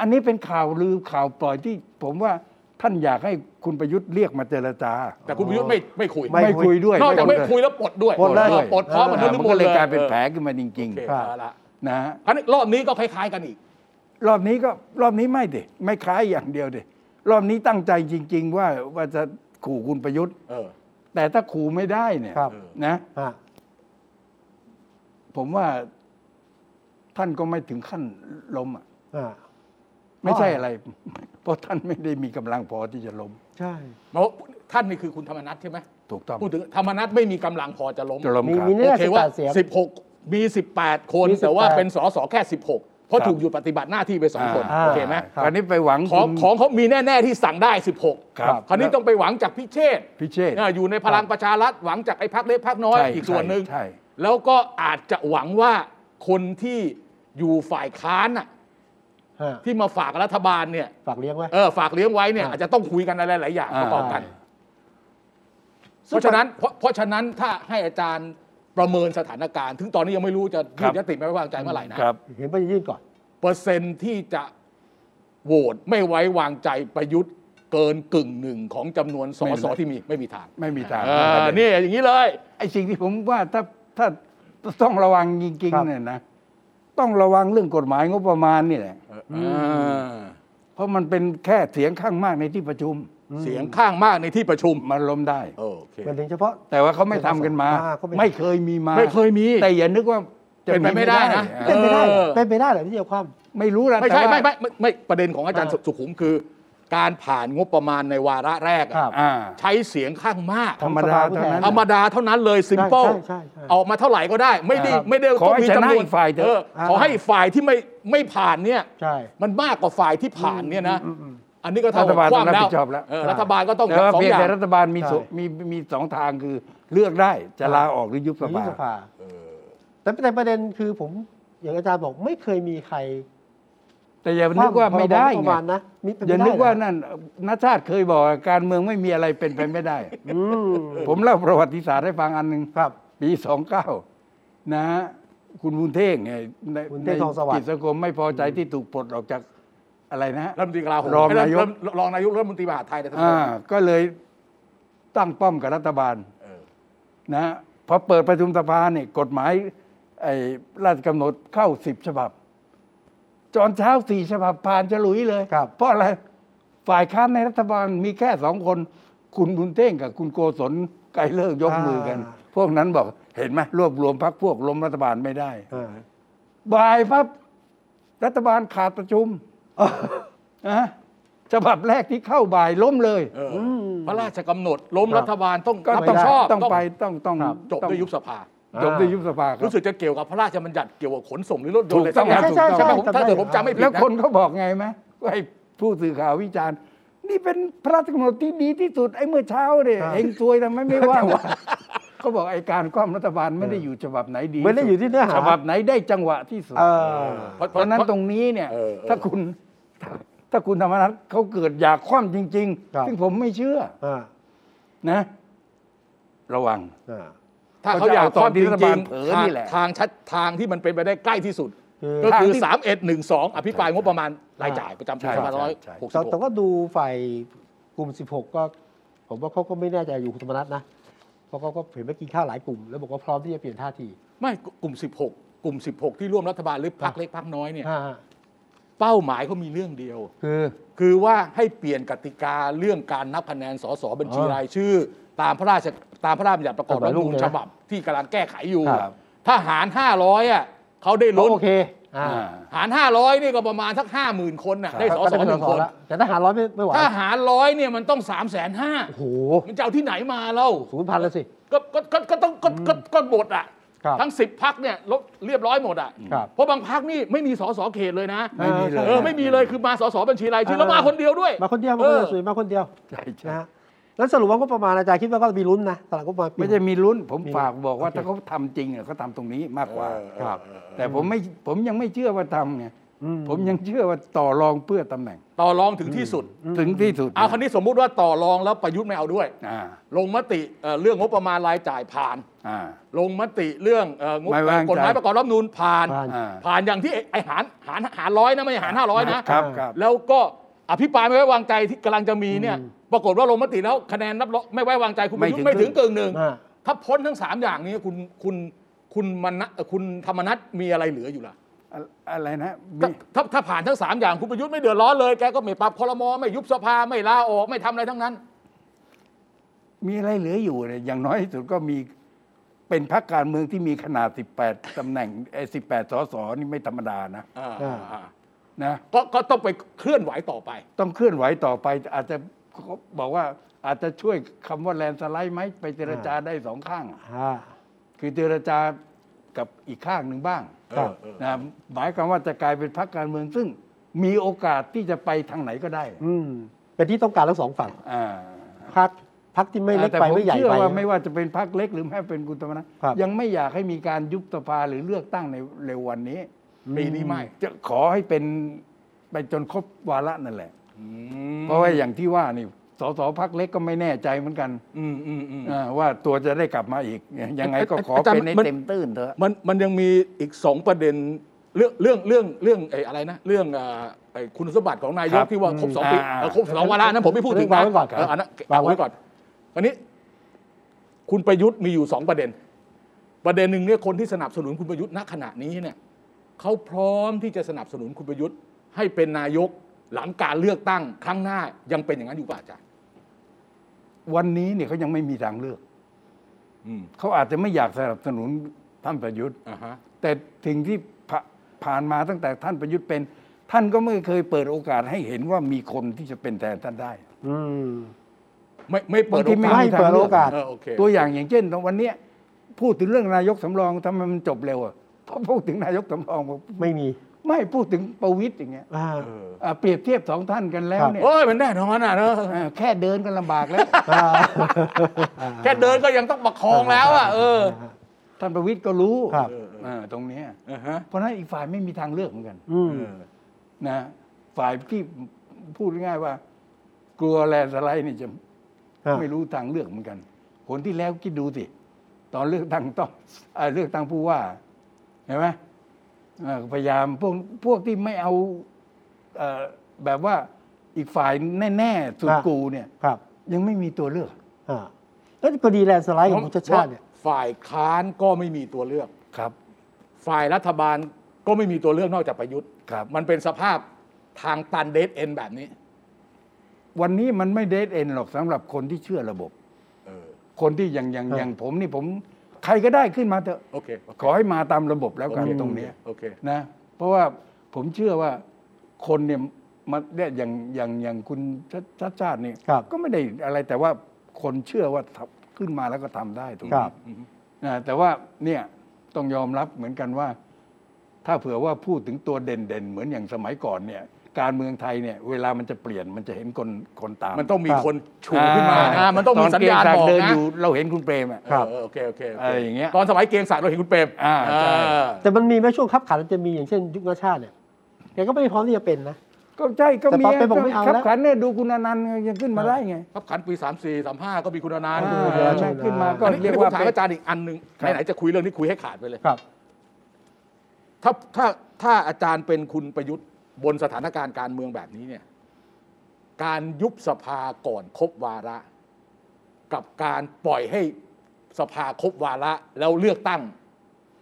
S3: อันนี้เป็นข่าวลือข่าวปล่อยที่ผมว่าท่านอยากให้คุณประยุทธ์เรียกมาเจรจา
S2: แต่คุณประยุทธ์ไม่ไม่คุย
S1: ไม่
S3: คุยด้วย
S2: นอกจากไม่คุย
S3: ด้ว
S2: แล้วปลดด้วย
S1: ปลดเลย
S2: ออปลดพร้อมมัน
S3: อ่า
S2: ทั้ง
S3: มัน
S2: หม
S3: ก็
S2: ด
S3: เลยกลายเป็นแผลขึ้นมาจริง
S2: โอเค
S1: ครับ
S2: เอาละ
S3: ๆ นะฮะ
S2: อันนี้รอบนี้ก็คล้ายๆกันอีก
S3: รอบนี้ก็รอบนี้ไม่ดิไม่คล้ายอย่างเดียวดิรอบนี้ตั้งใจจริง ๆ ว่าว่าจะขู่คุณประยุทธ์
S2: เออ
S3: แต่ถ้าขู่ไม่ได้เนี่ย
S1: ครับ
S3: นะ
S1: ฮะ
S3: ผมว่าท่านก็ไม่ถึงขั้นล้มอ่ะ
S1: อ่า
S3: ไม่ใช่อะไร เพราะท่านไม่ได้มีกำลังพอที่จะล้ม
S1: ใช่
S2: เพราะท่านนี่คือคุณธรรมนัฐใช่ไหม
S3: ถูกต้อง
S2: พูดถึงธรรมนัฐไม่มีกำลังพอจะล้ม
S3: จะล้ม
S1: มี
S3: ครับ
S1: มีเนี่ย
S2: โอเค
S1: สิบ
S2: ว่า
S1: แปดเสียง
S2: 16 มี 18 คน
S1: มี
S2: แต่ว่า
S1: 18
S2: เป็นสสแค่ 16 เพราะ
S3: ครับ
S2: ถูกหยุดปฏิบัติหน้าที่ไปสองคน
S1: อ่า
S2: โอเคไหม
S3: คราวนี้ไปหวัง
S2: ของ
S3: คุณ
S2: ของเขามีแน่ๆที่สั่งได้ 16
S3: ครับ
S2: คราวนี้ต้องไปหวังจากพิเชษฐ์
S3: พิเชษฐ์
S2: อ่าอยู่ในพลังประชารัฐหวังจากไอ้พักเล็กพักน้อย
S3: ใช่
S2: อีกส่วนหนึ่ง
S3: ใช่ใช่
S2: แล้วก็อาจจะหวังว่าคนที่อยู่ฝ่ายค้านน่ะ
S1: ฮะ
S2: ที่มาฝากรัฐบาลเนี่ย
S1: ฝากเลี้ยงไว้
S2: เออฝากเลี้ยงไว้เนี่ย
S1: อ่า
S2: อาจจะต้องคุยกันอะไรหลายอย่างประกอบกัน เพราะฉะนั้นเพราะเพราะฉะนั้นถ้าให้อาจารย์ประเมินสถานการณ์ ถึงตอนนี้ยังไม่รู้จะยืดยติไม่ไว้วางใจเมื่อไหร่นะครับ
S1: เห็นว่าจะยื่นก่อน
S2: เปอร์เซ็นต์ที่จะโหวตไม่ไว้วางใจประยุทธ์เกินกึ่งหนึ่งของจำนวนส
S3: ไม่
S2: ส
S3: เลย
S2: ที่มีไม่มีทาง
S3: ไม่มีทาง
S2: เออเนี่ยอย่างนี้เลย
S3: ไอ้สิ่งที่ผมว่าถ้าถ้าต้องระวังจริง
S1: ครับ
S3: ๆเนี่ยนะ ต้องระวังเรื่องกฎหมายงบประมาณนี่แหละ เพราะมันเป็นแค่เสียงข้างมากในที่ประชุม
S2: เสียงข้างมากในที่ประชุม
S3: มันล้มได้
S2: โอเค
S1: มันถึงเฉพาะ
S3: แต่ว่าเขาไม่ทำกันมา
S1: อ่าเขาไม่
S3: ไม่เคยมีมา
S2: ไม่เคยมี
S3: แต่อย่านึกว่าจะ
S2: เป็นไปไม่ได้นะ
S3: เอ
S1: เป็
S3: อน
S1: ไปได้เหรอ
S2: เออ
S1: เป็นไปได้เหรอที่จะคว่
S3: ไม่รู้ละ
S2: ไม่ใช่
S3: แต่ว่า
S2: ไม่ไม่ไม่ไม่ประเด็นของอาจารย์
S1: อ่า
S2: สุขุมคือ การผ่านงบประมาณในวาระแรกอะ
S1: ครับ
S3: อ่า
S2: ใช้เสียงข้างมาก
S3: ธรรมดาเท่านั้น
S2: ธรรมดาเท่านั้นเลยซิมเปิล
S1: ใช่ใช่ใช่
S2: ออกมาเท่าไหร่ก็ได้ ไม่ได้
S3: ครับ
S2: ไม่ได้
S3: ขอให้
S2: มี
S3: ชนะอีกฝ่ายเถอะ
S2: เออ
S1: อ่า
S2: ขอให้ฝ่ายที่ไม่ไม่ผ่านเนี่ย
S1: ำใช่
S2: มันมากกว่าฝ่ายที่ผ่านเนี่ยนะ
S1: อืมอืม
S2: อันนี้ก็
S3: รั
S2: เท่ากับบ
S3: ฐาล
S2: ค
S3: ต้อ
S2: ว่ำ
S3: ง
S2: แล้
S3: รับ
S2: ว
S3: ผิดชอบแล้ว
S2: เออรัฐบาลก็ต้อง
S3: แต่ว่า
S2: สอง
S3: เพียง
S2: อย่าง
S3: แต่รัฐบาลมีสุ
S1: ใช่
S3: มีมีสองทางคือเลือกได้จะลาออกหรือยุบส
S1: ยุ
S3: ภา
S1: บสภาแต่แต่ประเด็นคือผมอย่างอาจารย์บอกไม่เคยมีใคร
S3: แต่อย่านึกว่าไม่ได้
S1: ประ
S3: ไง
S1: มาณนะมีเป็ไป
S3: อย่า
S1: ได้
S3: นึกว่า
S1: เหรอ
S3: นั่นนัชชาติเคยบอกว่าการเมืองไม่มีอะไรเป็นไปไม่ได้
S1: อืม
S3: ผมเล่าประวัติศาสตร์ให้ฟังอันหนึ่ง
S1: ครับ
S3: ปีสองเก้านะฮะคุณบุญเท่งไงใน
S1: บุญ
S3: ใน
S1: เท่งทองสวัสดิ์
S3: กิจสังคมไม่พอใจที่ถูกปลดออกจากอะไรนะฮะ
S2: รัฐมนตรีกลาโหม
S3: รอง
S2: ไม่ใช่
S3: นายก
S2: รัฐรองนายกรัฐมนตรีมหาดไทยนะท่าน
S3: อ่าก็เลยตั้งป้อมกับรัฐบาล
S2: เออ
S3: นะฮะพอเปิดประชุมสภาเนี่ยกฎหมายไอ้ราชกำหนดเข้าสิบฉบับ จอนเช้าสี่ฉบับผ่านฉลุยเลย
S1: ครับ
S3: เพราะอะไรฝ่ายค้านในรัฐบาลมีแค่สองคน คุณบุญเท่งกับคุณโกศลไกรเลิกษ์ยกมือกัน พวกนั้นบอกเห็นไหมรวบรวมพักพวกล้มรัฐบาลไม่ได้
S1: อ่า
S3: บ่ายพับรัฐบาลขาดประชุมนะฉบับแรกที่เข้าบ่ายล้มเลย
S2: เอออพระราชกำหนดล้ม
S1: ครับ
S2: รัฐบาลต้อง
S3: ก็
S2: รับ
S3: ต้
S2: ผิ
S3: อง
S2: ดชอบ
S3: ต้องไปต้องต้อง
S1: ครับ
S2: จบด้วยยุบสภา
S3: จบด้วยยุบสภาคบ
S2: รู้สึกจะเกี่ยวกับพระราชบัญญัติเกี่ยวกับขนส่งหรือรถยนต์อะไร
S3: ถู
S2: สัก
S3: ก
S2: อย่าง
S3: ต้อง
S2: ใช่
S1: ใช่
S2: ไหม
S1: ใช่
S2: ผมถ้าเกิดผมจำไม่ผิด
S3: แล้ว
S2: นะ
S3: คนเขาบอกไงไหมว่าไอ้ผู้สื่อข่าววิจารณ์ นี่เป็นพระราชกำหนดที่ดีที่สุดไอ้เมื่อเช้าเนี่ย
S1: ครับ
S3: เองซวยทำไมไม่ว่างวะเขาบอกไอ้การคว่ำรัฐบาลไม่ได้อยู่ฉบับไหนดี
S1: ไม่ได้อยู่ที่เนื้อหา
S3: ฉบับไหนได้จังหวะที่สุด
S1: เออ
S3: เพราะฉะนั้นตรงนี้เนี่ย
S2: เออเออ
S3: ถ้าคุณถ้าถ้าคุณธรรมนัฐเขาเกิดอยากคว่ำจริง
S1: ครับ
S3: ๆ ซึ่งผมไม่เชื่อ
S1: อ่า
S3: นะ ระวัง
S1: อ่า
S2: ถ้าเขาอยาก
S3: ตอนที่
S2: จ
S3: รัฐ
S2: ริ
S3: บาง ลเผลอนี่แหละ
S2: ๆทางชัดทางที่มันเป็นไปได้ใกล้ที่สุด
S1: คือ
S2: ก็คือ
S3: ทางที่
S2: 3 1 1 2 อภิปรายงบประมาณรายจ่ายประจำปี
S3: ใช่ใช่ใช่
S1: แต่แต่
S2: 2566
S1: ก็ดูฝ่ายกลุ่ม 16 ก็ ผมว่าเขาก็ไม่แน่ใจอยู่คุณธรรมนัฐนะเพราะเขาก็เห็นว่ากินข้าวหลายกลุ่ม แล้วบอกว่าพร้อมที่จะเปลี่ยนท่าที
S2: ไม่กลุ่ม 16 กลุ่ม 16 ที่ร่วมรัฐบาลหรือพรรคเล็กพรรคน้อยเนี่ย
S1: ฮะฮะ
S2: เป้าหมายเขามีเรื่องเดียว
S1: คือ
S2: คือว่าให้เปลี่ยนกติกาเรื่องการนับคะแนนสสบัญชี
S1: อ๋อ
S2: รายชื่อ ตามพระราชตามพระราชบัญญัติประกอบ
S1: กฎห
S2: รั
S1: มาย
S2: ฐธรรมนูญ
S1: ลูกนะ
S2: ฉบับที่กำลังแก้ไขอยู่
S1: ครับ
S2: ถ้าหาร 500อ่ะเขาได้
S1: ล
S2: ล้น
S1: โอเคอ่า
S3: อ่า
S2: หาร 500นี่ก็ประมาณสัก 50,000 คนน่ะได้สส
S1: ก็
S2: หนึ่งคน
S1: แต่ถ้าหาร้อยไม่ไม่ไหว
S2: ถ้าหารร้อยเนี่ยมันต้อง 3 5 0 0
S1: โอ้โห
S2: 0มันจะเอาที่ไหนมาเล่า
S1: ศูนย์พันแล้วสิ
S2: ก็ก็ก็ก็ต้องก็ก็ก็บทอ่ะ
S1: ครับ
S2: ทั้ง 10พักเนี่ยลบเรียบร้อยหมดอ่ะ
S1: ครับ
S2: เพราะบางพักนี่ไม่มีสสเขตเลยนะ
S3: ไม่มีเลย
S2: เออไม่มีเลยคือมาสสบัญชีรายชื่อแล้วมาคนเดียวด้วย
S1: มาคนเดียวมาคนเดียวสวยมาคนเดียว
S3: ใช่ใช่
S1: นะฮะ แล้วสรุปว่างบประมาณอาจารย์คิดว่าก็มีลุ้นนะตลาดงบประมาณปี
S3: ไม่ได้มีลุ้นผมฝากบอกว่า
S1: โอเค
S3: ถ้าเขาทำจริงอะเขาทำตรงนี้มากกว่า
S1: ครับ
S3: แต่ผมไม่ผมยังไม่เชื่อว่าทำไง
S1: อืม
S3: ผมยังเชื่อว่าต่อรองเพื่อตำแหน่ง
S2: ต่อรองถึงที่สุด
S3: ถึงที่สุด
S2: เอาคันนี้สมมุติว่าต่อรองแล้วประยุทธ์ไม่เอาด้วย
S3: อ่า
S2: ลงมติเอ่อเรื่องงบประมาณรายจ่ายผ่าน
S3: อ่า
S2: ลงมติเรื่องเอ่องบ
S3: ไม่วางใจ
S2: กฎหมายประกอบรัฐธรรมนูญผ่าน
S1: ผ่าน
S3: อ่า
S2: ผ่านอย่างที่ไอหารหารหารร้อยนะไม่ใช่หารห้าร้อยนะครับ
S3: ครับ
S2: แล้วก็อภิปรายไม่ไว้วางใจที่กำลังจะมีเนี่ย ปรากฏว่าลงมติแล้วคะแนนนับร้อยไม่ไว้วางใจคุณประยุทธ์
S3: ไม่
S2: ไม่
S3: ถึ
S2: ถึ
S3: ง
S2: งเกินหนึ่ง
S1: อ่า
S2: ถ้าพ้นทั้งสามอย่างนี้คุณคุณคุณมณะเอ่อคุณธรรมนัฐมีอะไรเหลืออยู่ล่ะ
S3: อะอะไรนะมี
S2: ถ้าถ้าถ้าผ่านทั้งสามอย่างคุณประยุทธ์ไม่เดือดร้อนเลยแกก็ไม่ปรับคอรมอไม่ยุบสภาไม่ลาออกไม่ทำอะไรทั้งนั้น
S3: มีอะไรเหลืออยู่เนี่ยอย่างน้อยที่สุดก็มีเป็นพรรคการเมืองที่มีขนาด 18 ตำแหน่งไอ้18 สสนี่ไม่ธรรมดานะ
S2: อ่า
S1: อ่า
S2: อ่า
S3: นะ
S2: ก็ก็ต้องไปเคลื่อนไหวต่อไป
S3: ต้องเคลื่อนไหวต่อไปอาจจะบอกว่าอาจจะช่วยคำว่าแลนด์สไลด์ไหมไปเจรจาได้สองข้างอะ
S1: อ่า
S3: คือเจรจากับอีกข้างหนึ่งบ้าง
S1: ครับ
S2: เออเออ
S3: นะหมายความว่าจะกลายเป็นพรรคการเมืองซึ่งมีโอกาสที่จะไปทางไหนก็ได้
S1: อืมเป็นที่ต้องการทั้งสองฝั่ง
S3: อ่า
S1: พักพักที่ไม่เล็ก
S3: แต่
S1: ไป
S3: ผม
S1: ไม่ใหญ่
S3: เชื่อ
S1: ไป
S3: ว่าไม่ว่าจะเป็นพรรคเล็กหรือแม้เป็นกุณธรรมนัฐ
S1: ครับ
S3: ยังไม่อยากให้มีการยุบสภาหรือเลือกตั้งในเร็ววันนี้
S2: ปีนี้ไม่
S3: จะขอให้เป็นไปจนครบวาระนั่นแหละ เพราะว่าอย่างที่ว่านี่สสพรรคเล็กก็ไม่แน่ใจเหมือนกัน
S2: อืมอืมอืม
S3: อ่าว่าตัวจะได้กลับมาอีกเนี่ยยังไงก็ขอ
S2: อาจารย์
S3: เป็นใน
S2: มัน
S3: เต็มตื้นเถอะ
S2: มันมันยังมีอีกสองประเด็นเรื่องเรื่องเรื่องเรื่องไอ้อะไรนะเรื่องอ่าไอ้คุณสมบัติของนาย
S3: ครั
S2: ก
S3: บ
S2: ที่ว่าครบสองปี
S3: อ่า
S2: เอ่อครบสองวาระนั้นผมไม่พูดถึงนะ
S1: วางไว้ก่อนครับ
S2: เอออันนั้น
S1: วาว
S2: าง ง
S1: ไว้
S2: ไว้ก่อนอันนี้ คุณประยุทธ์มีอยู่สองประเด็น ประเด็นหนึ่งเนี่ยคนที่สนับสนุนคุณประยุทธ์ณขณะนี้เนี่ยเขาพร้อมที่จะสนับสนุนคุณประยุทธ์ ให้เป็นนายกหลังการเลือกตั้งครั้งหน้ายังเป็นอย่างนั้นอยู่ป่ะอาจารย์
S3: วันนี้เนี่ยเขายังไม่มีทางเลือก
S2: อืม
S3: เขาอาจจะไม่อยากสนับสนุนท่านประยุทธ์
S2: อ่าฮะ
S3: แต่ถึงที่ผ่าผ่านมาตั้งแต่ท่านประยุทธ์เป็น ท่านก็ไม่เคยเปิดโอกาสให้เห็นว่ามีคนที่จะเป็นแทนท่านได้
S1: อืม
S2: ไม่ไม่เปิดโอบ
S3: างที
S2: กา
S3: ไม่
S2: ส
S1: ให้เปิดโอกาส
S2: เออโอเค
S3: ตัวอย่างอย่างเช่นวันเนี้ยพูดถึงเรื่องนายกสำรองทำไมมันจบเร็วอ่ะเพราะพูดถึงนายกสำรองผม
S1: ไม่มี
S3: ไม่พูดถึงประวิตยอย่างเงี้ย
S1: อ่า
S3: อ่ะเปรียบเทียบสองท่านกันแล้วเนี่ย
S2: โอ้ยมันแน่นอนอ่ะเนอะ
S3: อ่ะแค่เดินก็ลำบากแล้ว
S2: แค่เดินก็ยังต้องประคองแล้วอ่ะเออ
S3: ท่านประวิตยก็รู้
S1: ครับ
S3: อ่ะตรงเนี้ย
S2: อ่าฮะ
S3: เพราะฉะนั้นอีกฝ่ายไม่มีทางเลือกเหมือนกัน
S1: อืม
S3: นะฝ่ายที่พูดง่ายๆว่า กลัวแลนด์สไลด์นี่จะ
S1: ครับ
S3: ไม่รู้ทางเลือกเหมือนกันผลที่แล้วคิดดูสิตอนเลือกตั้งต้องเอ่อเลือกตั้งผู้ว่าเห็นไหมเอ่อพยายามพวกพวกที่ไม่เอาเอ่อแบบว่าอีกฝ่ายแน่ๆสุดกูเนี่ย
S1: ครับ
S3: ยังไม่มีตัวเลือก
S1: อ่าแล้วกรณีแลนด์สไลด์ของคุณชาติชาติเนี่ย
S2: ฝ่ายค้านก็ไม่มีตัวเลือก
S3: ครับ
S2: ฝ่ายรัฐบาลก็ไม่มีตัวเลือกนอกจากประยุทธ์
S3: ครับ
S2: มันเป็นสภาพทางตันเดทเอนแบบนี้
S3: วันนี้มันไม่เดทเอนหรอกสำหรับคนที่เชื่อระบบ
S2: เออ
S3: คนที่อย่างอย่าง
S1: ครับ
S3: อย่างผมนี่ผม ใครก็ได้ขึ้นมาเถอะ
S2: โอเค
S3: ขอให้มาตามระบบแล้วกัน
S2: โอเค
S3: ตรงเนี้ย
S2: โอเค
S3: นะเพราะว่าผมเชื่อว่าคนเนี่ยมันเนี่ยอย่างอย่างอย่างคุณชัดชัดชาตินี่
S1: ครับ
S3: ก็ไม่ได้อะไรแต่ว่าคนเชื่อว่าทำขึ้นมาแล้วก็ทำได้ตรง
S1: ครั
S3: นี้
S1: บ
S3: นะแต่ว่าเนี่ยต้องยอมรับเหมือนกันว่า ถ้าเผื่อว่าพูดถึงตัวเด่นๆ เหมือนอย่างสมัยก่อนเนี่ย การเมืองไทยเนี่ยเวลามันจะเปลี่ยนมันจะเห็นคนคนตาม
S2: มันต้องมี
S1: ครับ
S2: คนชูขึ้นมา
S3: อ่
S2: นะมันต้องมีสัญญาณ
S3: ตเกณฑ์ศัก
S2: บอก
S3: ดิ์เดิน
S2: นะ
S3: อยู่เราเห็นคุณเปรมอะ
S1: ครับ
S2: เออโอเคโอเคโค
S3: อะไรอย่างเงี้ย
S2: ตอนสมัยเกรียงศักดิ์เราเห็นคุณเปรม
S3: อ่าใช่
S2: เออ
S1: แต่มันมีไหมช่วงคับขันจะมีอย่างเช่นยุคชาติเนี่ยแกก็ไม่พร้อมที่จะเป็นนะ
S3: ก็ใช่ก็มี
S1: แต่ปาเป้บอกไม่เอา
S3: ครับ
S1: แล้ว
S3: ขันเนี่ยดูคุณอนันต์ยังขึ้นมาได้ไง
S2: ครับขันปี 3 4 3 5 ก็มีคุณอนันต์
S1: อ่า
S2: เออ
S1: ใช่
S3: ขึ้นมาก็
S2: อันนี้
S3: เรียก
S2: ผม
S3: ว่า
S2: ถาม
S3: เป็น
S2: อาจารย์อีกอันหนึ่ง
S3: ครับ
S2: ไหนๆจะคุยเรื่องนี้คุยให้ขาดไปเลย
S1: ครับ
S2: ถ้าถ้าถ้าอาจารย์เป็นคุณประยุทธ์บนสถานการณ์การเมืองแบบนี้เนี่ย การยุบสภาก่อนครบวาระ กับการปล่อยให้สภาครบวาระแล้วเลือกตั้ง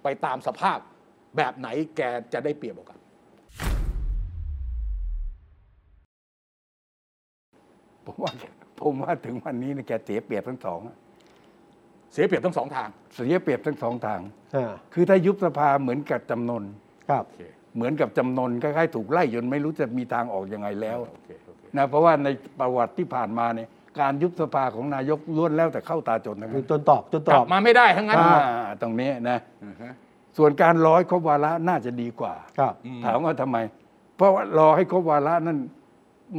S2: ไปตามสภาพแบบไหนแกจะได้เปรียบกว่ากัน
S3: ผมว่าผมว่าถึงวันนี้เนี่ยแกเสียเปรียบทั้งสองอะ
S2: เสียเปรียบทั้งสองทาง
S3: เสียเปรียบทั้งสองทาง
S1: อ่า
S3: คือถ้ายุบสภาเหมือนกับจำนน
S1: ครับ
S3: เหมือนกับจำนนคล้ายๆถูกไล่จนไม่รู้จะมีทางออกยังไงแล้ว
S2: โอเคโอเค
S3: นะเพราะว่าในประวัติที่ผ่านมาเนี่ยการยุบสภาของนายกล้วนแล้วแต่เข้าตาจนนะค
S1: คื
S3: รั
S1: อบ จนตอบจนต
S2: กลั
S1: อ
S2: บบ มาไม่ได้ทั้งนั้น
S3: อ่าตรงนี้นะ
S2: อือฮะ
S3: ส่วนการร้อยครบวาระน่าจะดีกว่า
S1: ครับ
S2: อืม
S3: ถามว่าทำไม เพราะว่ารอให้ครบวาระนั่น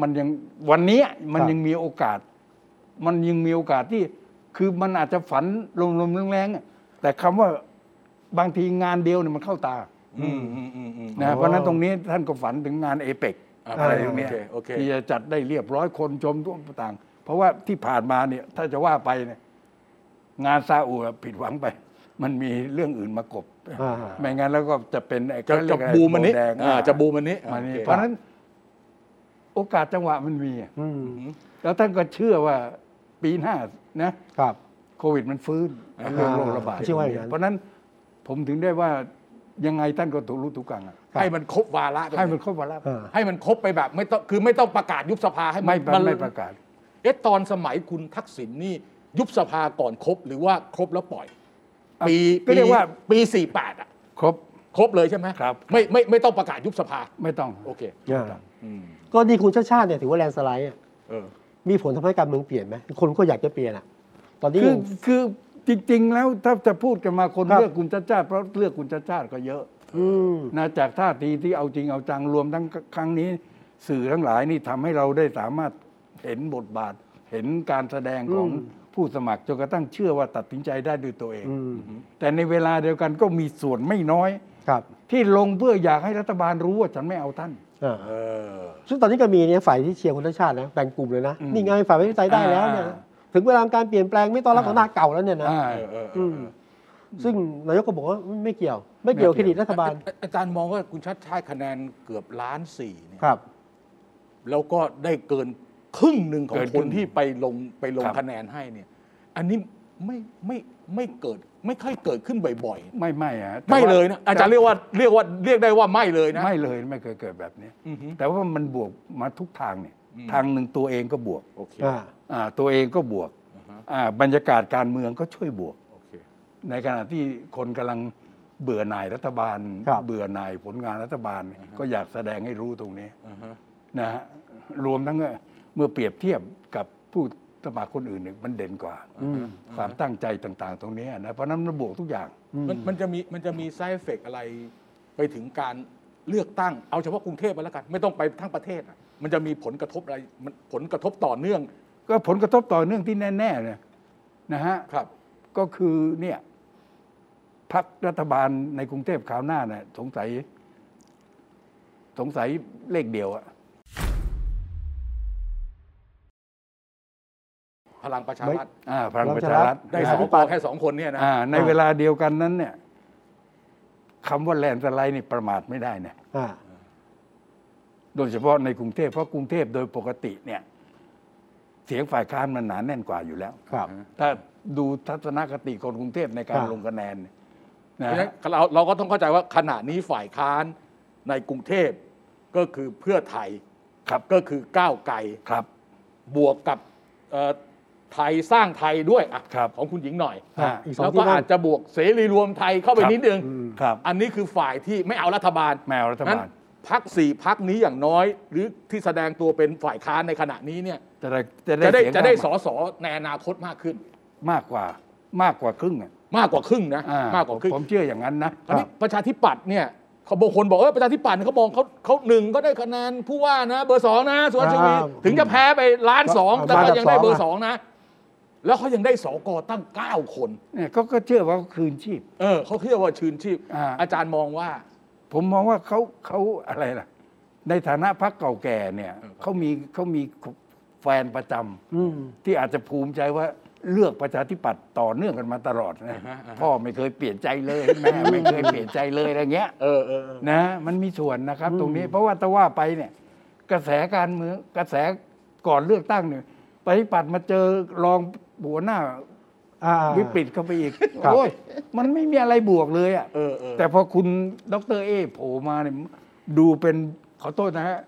S3: มันยังวันเนี้ยมัน
S1: ครับ
S3: ยังมีโอกาส มันยังมีโอกาสที่ คือมันอาจจะฝันลมๆแรงๆอะแต่คำว่าบางทีงานเดียวเนี่ยมันเข้าตา
S2: อืมอืมอืมอืม
S3: นะ
S1: อ๋
S3: ฮะ
S1: อ
S3: เพราะฉะนั้นตรงนี้ท่านก็ฝันถึงงานเอเปก
S2: อ่ะ
S3: อะไร
S1: า
S3: ตรงเนี้ย
S2: โอเคโอเค
S3: ที่จะจัดได้เรียบร้อยคนชมทั่วต่าง เพราะว่าที่ผ่านมาเนี่ย ถ้าจะว่าไปเนี่ยงานซาอุอะผิดหวังไป มันมีเรื่องอื่นมากบ
S1: อ่า
S3: ไม่งั้นแล้วก็จะเป็นไอ้
S2: จะ
S3: เขาเรี
S2: จะ
S3: ยกอะไร
S2: บูมอันนี้
S3: โแดง
S2: อ่าจะบูมอันนี้
S3: มัน
S2: โอ
S3: นี่
S2: ค
S3: เพราะฉะนั้น โอกาสจังหวะมันมีอะ
S1: อืม
S2: อืม
S3: แล้วท่านก็เชื่อว่าปีหน้านะครับ โควิดมันฟื้นเรื่องโรคระบาด
S1: เชื่อว่าอย่างนั้น
S3: เพราะฉะนั้นผมถึงได้ว่ายังไงท่านก็ถูกรู้ถูกกังอะ
S1: ครับ
S2: ให้มันครบวาระไปเลย
S3: ให้มันครบวาระ
S1: อ่า
S2: ให้มันครบไปแบบไม่ต้องคือไม่ต้องประกาศยุบสภาให้น
S3: ไม่
S2: มัน
S3: ไม่ประกาศ
S2: เอ๊ะตอนสมัยคุณทักษิณนี่ ยุบสภาก่อนครบหรือว่าครบแล้วปล่อย ปี
S3: ก็เรียกว่า
S2: ปีสี่แปดอ่ะ
S3: ครบ
S2: ครบเลยใช่ไหม
S3: ครับ
S2: ไม่ไม่ไม่ต้องประกาศยุบสภา
S3: ไม่ต้อง
S2: โอเค
S1: อ่า
S2: อืม
S1: ก็นี่คุณชาติชาติเนี่ยถือว่าแลนด์สไลด์อะ
S2: เออ
S1: มีผลทำให้การเมืองเปลี่ยนไหมคนก็อยากจะเปลี่ยนอ่ะ ตอนนี้
S3: คือ
S1: ยัง
S3: คือจริง ๆ แล้วถ้าจะพูดกันมาคน
S1: ครับ
S3: เลือกคุณชาติชาติเพราะเลือกคุณชาติชาติก็เยอะ
S1: อืม
S3: นะจากท่าทีที่เอาจริงเอาจังรวมทั้งครั้งนี้ สื่อทั้งหลายนี่ทำให้เราได้สามารถเห็นบทบาท เห็นการแสดงของ
S1: อืม
S3: ผู้สมัครจนกระทั่งเชื่อว่าตัดสินใจได้ด้วยตัวเอง
S1: อืม
S3: แต่ในเวลาเดียวกันก็มีส่วนไม่น้อย
S1: ครับ
S3: ที่ลงเพื่ออยากให้รัฐบาลรู้ว่าฉันไม่เอาท่าน
S1: อ่า
S2: เออ
S1: ซึ่งตอนนี้ก็มีเนี่ยฝ่ายที่เชียร์คุณชาติชาตินะแบ่งกลุ่มเลยนะ
S3: อืม
S1: นี่ไงฝ่ายประชาธิปไตยได้แล้วเนี่ย
S3: อ่า
S1: ถึงเวลาการเปลี่ยนแปลงไม่ต้อนรับของหน้าเก่าแล้วเนี่ยนะ
S3: อ่า
S2: เออเออเอ
S1: อื
S2: อ
S1: มซึ่งนายกก็บอกว่าไม่เกี่ยว ไม่เกี่ยว
S3: ไม่
S1: เคร
S3: เกี่ยว
S1: ดิตรัฐบาล
S2: อออาจารย์มองว่าคุณชัดชาติคะแนนเกือบล้านสี่เนี่ย
S1: ครับ
S2: แล้วก็ได้เกินครึ่งหนึ่งของ
S3: เกิน
S2: ค
S3: ครึ่
S2: น
S3: ง
S2: ที่ไปลงไปลง
S3: ครับ
S2: คะแนนให้เนี่ย อันนี้ไม่ไม่ไม่เกิดไม่ค่อยเกิดขึ้นบ่อยๆ
S3: ไม่ไม่ฮะแต่
S2: ไม่
S3: ว่า
S2: เลยนะอาจารย์เรียกว่าเรียกว่าเรียกได้ว่าไม่เลยนะ
S3: ไม่เลยไม่เคยเกิดแบบนี้
S2: อือฮึ
S3: แต่ว่ามันบวกมาทุกทางเนี่ย
S2: อืม
S3: ทางหนึ่งตัวเองก็บวก
S2: โอเค
S1: อ่า
S3: อ่าตัวเองก็บวก
S2: อ่าฮะ
S3: อ่าบรรยากาศการเมืองก็ช่วยบวก
S2: โอเค
S3: ในขณะที่คนกำลังเบื่อหน่ายรัฐบาล
S1: ครับ
S3: เบื่อหน่ายผลงานรัฐบาลเนี่ยก็อยากแสดงให้รู้ตรงนี้
S2: อ่าฮะ
S3: นะฮะรวมทั้งเมื่อเปรียบเทียบกับผู้สมัครคนอื่นเนี่ยมันเด่นกว่า
S1: อืม
S3: ความตั้งใจต่าง ๆ ตรงนี้นะเพราะฉะนั้นมันบวกทุกอย่าง
S2: มันมันจะมีมันจะมีไซเอฟเฟกอะไรไปถึงการเลือกตั้งเอาเฉพาะกรุงเทพไปแล้วกัน ไม่ต้องไปทั้งประเทศอะมันจะมีผลกระทบอะไรมันผลกระทบต่อเนื่อง
S3: ก็ผลกระทบต่อเนื่องที่แน่ๆเนี่ยนะฮะ
S2: ครับ
S3: ก็คือเนี่ยพักรัฐบาลในกรุงเทพคราวหน้าน่ะสงสัย สงสัยเลขเดียวอะ
S2: พลังประชารัฐ
S3: อ่าพลังประชารัฐ
S2: ได้สองปแค่สองคนเนี่ยนะ
S3: อ่าในเวลาเดียวกันนั้นเนี่ยคำว่าแลนด์สไลด์นี่ประมาทไม่ได้นะ
S1: อ่า
S3: โดยเฉพาะในกรุงเทพเพราะกรุงเทพโดยปกติเนี่ย เสียงฝ่ายค้านมันหนาแน่นกว่าอยู่แล้ว
S1: ครับ
S3: ถ้าดูทัศนคติคนกรุงเทพในกา
S1: ค
S3: ร
S1: รับ
S3: ลงคะแนนเนี่ย
S2: เพ
S3: นะ
S2: ราะฉะนั้
S3: ฮะ
S2: นเราเราก็ต้องเข้าใจว่าขณะนี้ฝ่ายค้านในกรุงเทพก็คือเพื่อไทย
S3: ครับ
S2: ก็คือก้าวไกล
S3: ครับ
S2: บวกกับเอ่อไทยสร้างไทยด้วยอะ
S3: ครับ
S2: ของคุณหญิงหน่อย
S3: อ่า
S1: อีกสอง
S2: แล้ว
S1: ที่
S2: ก็
S1: นั่ง
S2: อาจจะบวกเสรีรวมไทยเข้าไป
S3: ครับ
S2: นิดนึง
S1: อืม
S3: ครับ
S2: อันนี้คือฝ่ายที่ไม่เอารัฐบาล
S3: แมวรัฐ
S2: งั้
S3: บาล
S2: นพักสี่พักนี้อย่างน้อย หรือที่แสดงตัวเป็นฝ่ายค้านในขณะนี้เนี่ย
S3: จะได้
S2: จะได้
S3: เสียง
S2: จะได้ส
S3: ข้าง
S2: อสอในอนาคตมากขึ้น
S3: มากกว่ามากกว่าครึ่งอะ
S2: มากกว่าครึ่งนะ
S3: อ่
S2: มากกว่าครึ่ง
S3: ผมเชื่ออย่างนั้นนะ
S2: คราวนี้ประชาธิปัตย์เนี่ยเขาบางคนบอกเออประชาธิปัตย์เขามองเขาเขาหนึ่งก็ได้คะแนนผู้ว่านะ เบอร์สองนะสุวรรณชวี
S1: อ่า
S2: ถึงจะแพ้ไปล้านสองแต่ก็ยังได้เบอร์สองนะ แล้วเขายังได้สกตั้งเก้าคน
S3: เนี่ยก็ก็เชื่อว่าคืนชีพ
S2: เออเขาเชื่อว่าชืนชีพ
S3: อ่า
S2: อาจารย์มองว่า
S3: ผมมองว่าเขาเขาอะไรล่ะ ในฐานะพักเก่าแก่เนี่ยเขามีเขามีแฟนประจำ
S1: อืม
S3: ที่อาจจะภูมิใจว่าเลือกประชาธิปัตย์ต่อเนื่องกันมาตลอดนะ
S2: อ่าฮะอ่าฮะ
S3: พ่อไม่เคยเปลี่ยนใจเลยแม่ไม่เคยเปลี่ยนใจเลยอะไรเงี้ย
S2: เออเออเออ
S3: นะมันมีส่วนนะครับ ตรงนี้เพราะว่าแตะว่าไปเนี่ย กระแสการเมืองกระแสก่อนเลือกตั้งเนี่ยประชาธิปัตย์มาเจอรองหัวหน้า
S1: อ่า
S3: วิปริตเข้าไปอีก
S1: ครับ
S3: โอ้ยมันไม่มีอะไรบวกเลยอ่ะ
S2: เออเออ
S3: แต่พอคุณดรเอโผล่มาเนี่ยดูเป็นขอโทษนะฮะ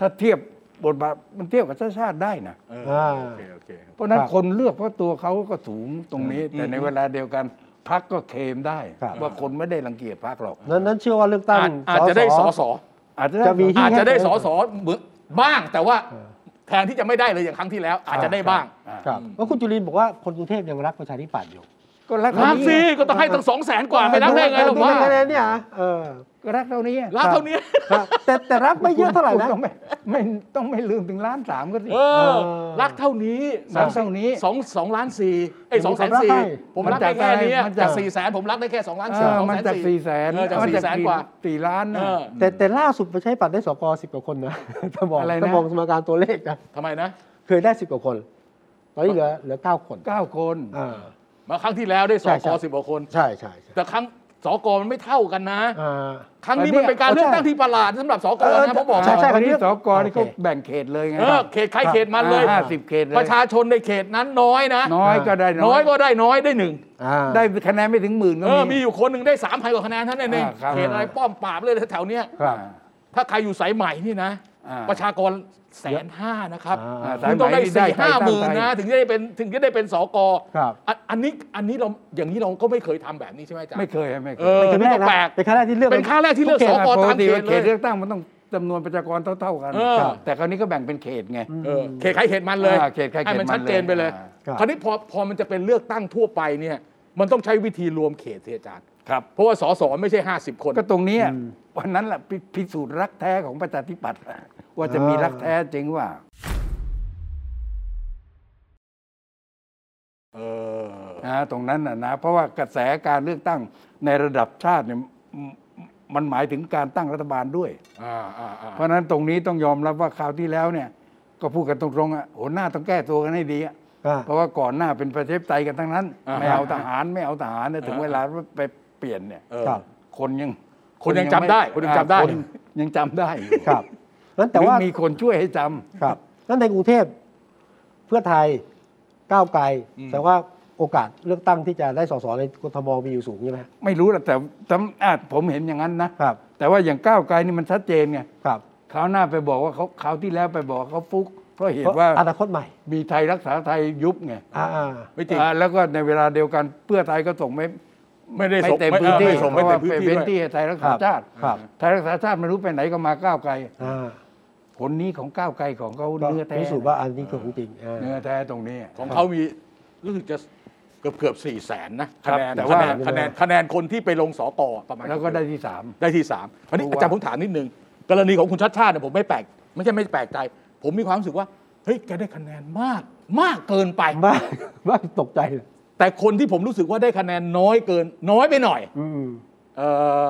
S3: ถ้าเทียบบทบาทมันเทียบกับชาติชาติได้นะ
S2: เออ
S1: อ่า
S2: โอเคโอเค
S3: เพราะฉะนั้น
S1: ครับ
S3: คนเลือกเพราะตัวเขาก็สูงตรงนี้
S2: อืม
S3: แต่ในเวลาเดียวกันพักก็เคลมได้
S1: ครับ
S3: ว่าคนไม่ได้รังเกียจพักหรอก
S1: นั้นนั้นเชื่อว่าเลือกตั้ง
S2: อาจอาจจะได้สอสอ
S3: อาจจะ
S1: จะมีที่
S2: อาจจะได้
S1: ให้
S2: สอสอเหมือนบ้างแต่ว่าแทนที่จะไม่ได้เลยอย่างครั้งที่แล้ว อาจจะได้บ้าง
S3: อ่า
S1: ครับเพราะคุณจุลินทร์บอกว่าคนกรุงเทพยังรักประชาธิปัตย์อยู่
S3: ก็รัก
S2: รัก
S3: คน
S2: สิ
S3: นี้
S2: ก็ต้องให้ตั้งสองแสนกว่าไม่รักได้ไงหรอกว่า
S1: ดูในคะแนนเนี่ยเหรอเออ
S3: ก็รักเท่านี้
S2: รักเท่านี้
S1: ครับแต่แต่รักไม่เยอะเท่าไหร่นะ
S3: คุณต้องไม่ไม่ต้องไม่ลืมถึงล้านสามก็สิ
S2: เออ รักเท่านี้
S3: รักเท่านี้
S2: สองสองล้านสี่ไอ้ย
S1: มี
S2: สอง
S1: ค
S2: แส
S1: วาม
S2: น
S1: รัก
S2: สี่
S1: ให้
S2: ผม
S3: มัน
S2: รักได้
S3: จาก
S2: แค่เนี้ย
S3: ได้มัน
S2: จา
S3: จาก ก
S2: สี่แสนผมรักได้แค่สองล้าน
S3: เอ
S2: สี่
S3: อ
S2: สอง
S3: มัน
S2: แสน
S3: จาก
S2: สี่
S3: สี่แสน
S2: เออจาก
S3: มัน
S2: สี่แสนกว่า
S3: สี่ล้านนะ
S2: เออ
S1: แต่แต่ล่าสุดไปใช้บัตรได้สกสิบกว่าคนนะ *laughs* ถ้ามอง
S3: อะไรนะ
S1: ถ้ามองสมการตัวเลขนะ
S2: ทำไมนะ
S1: เคยได้สิบกว่าคน ตอนนี้เหลือเหลือเก้าคน
S3: เก้าคน
S1: อ่า
S2: มาครั้งที่แล้วได้ส
S1: ใช่
S2: ก
S1: ใช่
S2: สิบกว่าคน
S1: ใช่ใช่ใช่
S2: แต่ครั้งสกมันไม่เท่ากันนะ
S1: อ่า
S2: ครั้งนี้
S3: อันเนี้
S2: มัน
S3: ย
S2: เป็นการเลือกตั้งที่ประหลาดสำหรับสกนะผมบอก
S1: ใช่ใช่
S3: ตอน
S1: ค
S3: นี้
S1: รับ
S3: สกนี่เขา
S1: โอเค
S3: แบ่งเขตเลยไง
S2: เออเขตใครเขตมันเลย
S3: ห้าสิบเขตเลย
S2: ประชาชนในเขตนั้นน้อยนะ
S3: น้อยก็ได้
S2: น้อยก็ได้น้อยได้หนึ่ง
S1: อ่า
S3: ได้คะแนนไม่ถึงหมื่นก็
S2: เอ
S3: มี
S2: อมีอยู่คนหนึ่งได้สามพันกว่าคะแนนเท่านนเอง
S3: อ่าครับ
S2: เขตอะไรป้อมปราบเลยแถวๆเนี้ย
S1: ครับ
S2: ถ้าใครอยู่สายใหม่นี่นะ
S3: อ่
S2: ประชากรแสนห้านะครับ
S1: อ่า
S3: า
S2: คุณต้องได้
S3: สย
S2: สี่
S3: ใ
S2: ห้าหมื่น
S3: ตั้งใจ
S2: นะถึงจะได้เป็นถึงจะได้เป็นสก
S1: ครับ
S2: อันอันนี้อันนี้เราอย่างนี้เราก็ไม่เคยทำแบบนี้ใช่ไหมอาจ๊ะ
S3: ไม่เคยไม่เค
S2: เอย อ
S1: เป็นครั้งแรกนะ
S2: แปลก
S1: เป็นครั้งแรกที่เลือก
S2: เป็นครั้งแรกที่เลือกสก
S3: ปก
S2: ตาม
S3: ติ
S2: เขต
S3: เข
S2: เล
S3: ตเลื
S2: ย
S3: อกตั้งมันต้องจำนวนประชากรเท่า ๆกัน
S2: เออ
S3: แต่คราวนี้ก็แบ่งเป็นเขตไง
S2: เออเขตใครเขตมันเลย
S3: อ่าเขตใครเขต
S2: ให้มัน
S3: มัน
S2: ชัดเจนไปเลย
S3: เลย
S1: ครับ
S2: คราวนี้พอพอมันจะเป็นเลือกตั้งทั่วไปเนี่ย มันต้องใช้วิธีรวมเขตเสียอาจารย์
S3: ครับ
S2: เพราะว่าสสไม่ใช่ 50 คน
S3: ก็ตรงเนี้ย
S1: อืม
S3: วันนั้นแหละพิพิสูจน์รักแท้ของประชาธิปัตย์ว่าจะมีรักแท้จริงว่า
S2: เออ
S3: นะตรงนั้นนะนะเพราะว่ากระแสการเลือกตั้งในระดับชาติเนี่ยมมันหมายถึงการตั้งรัฐบาลด้วย
S2: อ่าอ่าอ่า
S3: เพราะฉะนั้นตรงนี้ต้องยอมรับว่าคราวที่แล้วเนี่ย ก็พูดกันตรงๆอ่ะโหหน้าต้องแก้ตัวกันให้ดีอะ
S1: อ่า
S3: เพราะว่าก่อนหน้าเป็นประชาธิปไตยกันทั้งนั้น
S2: า
S3: ไม่เอาทหารไม่เอาทหารเนี่ยถึงเวลาไปเปลี่ยนเนี่ย
S2: เออ
S1: ครับ
S3: คนยัง
S2: คนยังจำได้คนยังจำได้
S3: อ่าคนยังจำได้อยู่
S1: ครับนั้นแต่
S3: หรือ
S1: ว่า
S3: มีคนช่วยให้จำ
S1: ครับนั้นในกรุงเทพเพื่อไทยก้าวไกล
S2: อืม
S1: แต่ว่าโอกาสเลือกตั้งที่จะได้สสในกทมมีอยู่สูงใช่ไหม
S3: ไม่รู้หรอกแต่แต่อ่ะผมเห็นอย่างนั้นนะครับ แต่ว่าอย่างก้าวไกลนี่มันชัดเจนไง
S1: ครับ
S3: คราวหน้าไปบอกว่าเขาคราวที่แล้วไปบอกว่าเขาฟุก เพราะเหตุว่า
S1: พระอนาคตใหม่
S3: มีไทยรักษาไทยยุบไง
S1: อ่าอ่า
S2: ไม่จริง
S3: อ่าแล้วก็ในเวลาเดียวกันเพื่อไทยก็ส่งไม่
S2: ไม่ได้
S3: ไม่
S2: ส่ง
S3: เต็มพื้นที่
S2: ไม่ส่ง
S3: เพ
S2: ไม่
S3: ราะ
S2: เต็
S3: ว่าม
S2: พื้นที่
S3: เป็นพื้น
S2: ด้วย
S3: ที่ให้ไทยรักษาชาติ
S1: ครับ
S3: ไทยรักษาชาติไม่รู้ไปไหนก็มาก้าวไกล
S1: อ่า
S3: ผลนี้ของก้าวไกลของเขา
S1: ก็
S3: เนื้อแท้
S1: พิสูจน์ว่าอันนี้คือของจริงอ่า
S3: เนื้อแท้ตรงนี้
S2: ของเขามีรู้สึกจะเกือบเกือบสี่แสนนะครับ คะแนน
S3: แต่
S2: คะ
S3: ว่า
S2: แนนคะแนนคะแนนคนที่ไปลงสกประมาณ
S3: แล้วก็ได้ที่สาม
S2: ได้ที่สามอันนี้
S3: ผู้ว่า
S2: อาจารย์ผมถามนิดนึงกรณีของคุณชัดชาติเนี่ยผมไม่แปลกไม่ใช่ไม่แปลกใจ ผมมีความรู้สึกว่าเฮ้ยแกได้คะแนนมาก มากเกินไป
S1: ม *laughs* ากมากตกใจเลย
S2: แต่คนที่ผมรู้สึกว่าได้คะแนนน้อยเกิน น้อยไปหน่อย
S1: อืม
S2: เอ่อ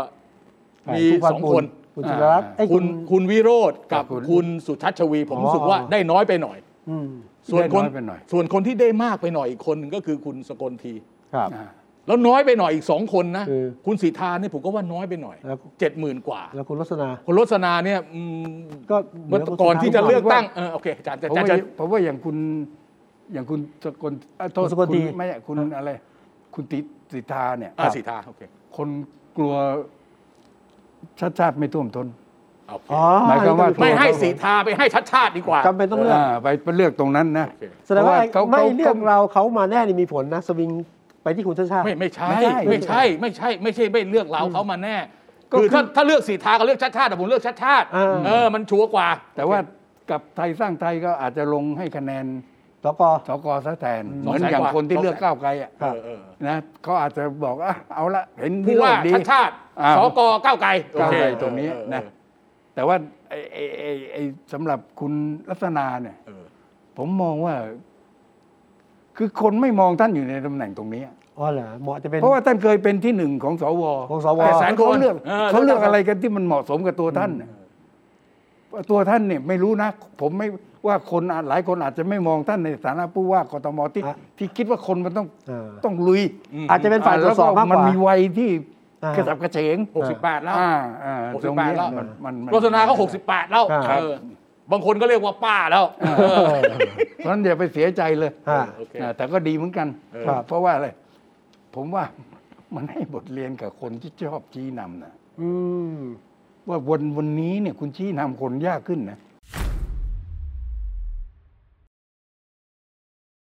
S2: มี
S1: ทุกวั
S2: สองคน
S1: คุณจิรรัตน์ไอ้ย
S2: คุ
S1: คุณ ณ
S2: คุณวิโรธกับ
S3: คุณ
S2: คุณสุชัชวี ผมรู้สึกว่า
S1: อ๋อ
S2: ได้น้อยไปหน่อย
S1: อืม
S2: ส่วนคน
S3: ได้อยไปหน่อย
S2: ส่วนคนที่ได้มากไปหน่อยอีกคนหนึ่งก็คือคุณสกลที
S1: ครับ
S3: อ่า
S2: แล้วน้อยไปหน่อยอีกสองคนนะ
S1: คือ
S2: คุณสีทาเนี่ยผมก็ว่าน้อยไปหน่อย
S1: แล้ว
S2: เจ็ดหมื่นกว่า
S1: แล้วคุณลัษณา
S2: คนรสนาเนี่ยอืม
S1: ก็
S2: เมื่อก่อนที่จะเลือกตั้งเออโอเคอาจารย์อา
S3: ผม
S2: จารย์
S3: ว่า
S2: จะ
S3: ผมว่าอย่างคุณอย่างคุณสกลอ่ะโทษ
S1: คุณสกลที
S3: คุณไม่ใช่คุณอะไร คุณติสิทธาเนี่ย
S2: อ่าสีทาโอเค
S3: คนกลัวชาติชาติไม่ท่วมทน
S2: โอเค
S1: อ๋อ
S3: หมายความว่า
S2: ไม่ให้สีทาไปให้ชัดชาติดีกว่า
S1: จำเป็นต้องเลือก
S3: อ่าไปไปเลือกตรงนั้นนะ
S2: โอเค
S1: แสดงว่าไอ้
S3: เพราะว่าเขา
S1: ไม่เลือก
S3: เขา
S1: เราเขามาแน่นี่มีผลนะ สวิงไปที่คุณชาติชาติ
S2: ไม่ไม่ใช่
S3: ไม่ใช่
S2: ไม่ใช่ไม่ใช่ไม่ใช่ไม่เลือกเราเขามาแน่
S3: ก็
S2: คือ
S3: คือ
S2: ถ้าถ้าเลือกสีทาก็เลือกชาติชาติแต่ผมเลือกชาติชาติ
S1: อ่า
S2: เออมันชัวร์กว่า
S3: แต่ว่ากับไทยสร้างไทยก็อาจจะลงให้คะแนน
S1: แล้วก็
S3: สกซะแทน
S2: ส
S3: เห
S2: อง
S3: มือน
S2: แสน
S3: อย่าง
S2: กว่า
S3: คนที่
S2: สองแสน
S3: เลือกก้าวไกลอ่ะ
S2: เออเออ
S3: นะเขาอาจจะบอกอ่ะเอาละเห็น
S2: ผู้
S3: วิโร
S2: ว่า
S3: จน์ดี
S2: ชาติชาติ
S3: อ่า
S2: สกก้าวไกลโอเค
S3: ก้าวไกลตรงนี้
S2: เออเออ
S3: นะ แต่ว่าไอ้ไอ้ไอ้ไอ้สำหรับคุณลักษณะเนี่ย
S2: เออ
S3: ผมมองว่า คือคนไม่มองท่านอยู่ในตำแหน่งตรงนี้อะ
S1: อ๋อเหรอเหมาะจะเป็น
S3: เพราะว่าท่านเคยเป็นที่หนึ่งของสว
S1: ของสว
S2: แปดแสนคน
S3: เขาเลือก
S2: ออ
S3: เขาเลือกอะไรกันที่มันเหมาะสมกับตัวท่านน่ะตัวท่านเนี่ยไม่รู้นะ ผมไม่ว่าคนอ่ะหลายคนอาจจะไม่มองท่านในฐานะผู้ว่ากทมที่
S1: อ่ะ
S3: ที่คิดว่าคนมันต้อง
S1: อ่า
S3: ต้องลุย
S2: ม
S1: อาจจะเป็นฝ่ายตรวจสอบมากก
S3: น
S1: ว่าม
S3: มีวัยที่
S1: อ่าก
S3: ระสับกระเฉง
S2: หกสิบแปดแล้ว
S3: อ่าอ่า
S2: หก
S3: ต
S2: สิ
S3: ร
S2: บ
S3: ง
S2: แปด
S3: เนี้ย
S2: แล้ว
S3: มันมันมัน
S2: โฆษณาก็หกสิบแปดแล้ว
S1: ครับ
S2: เออบางคนก็เรียกว่าป้าแล้วเออ
S3: เพราะฉะนั้นอย่าไปเสียใจเลย
S1: อ่า
S2: โอเค
S3: อ่าแต่ก็ดีเหมือนกัน
S2: เออ
S1: ครับ
S3: เพราะว่าอะไรผมว่า *laughs* มันให้บทเรียนกับคนที่ชอบชี้นำนะ
S1: อืม
S3: ว่าวันวันนี้เนี่ยคุณชี้นำคนยากขึ้นนะ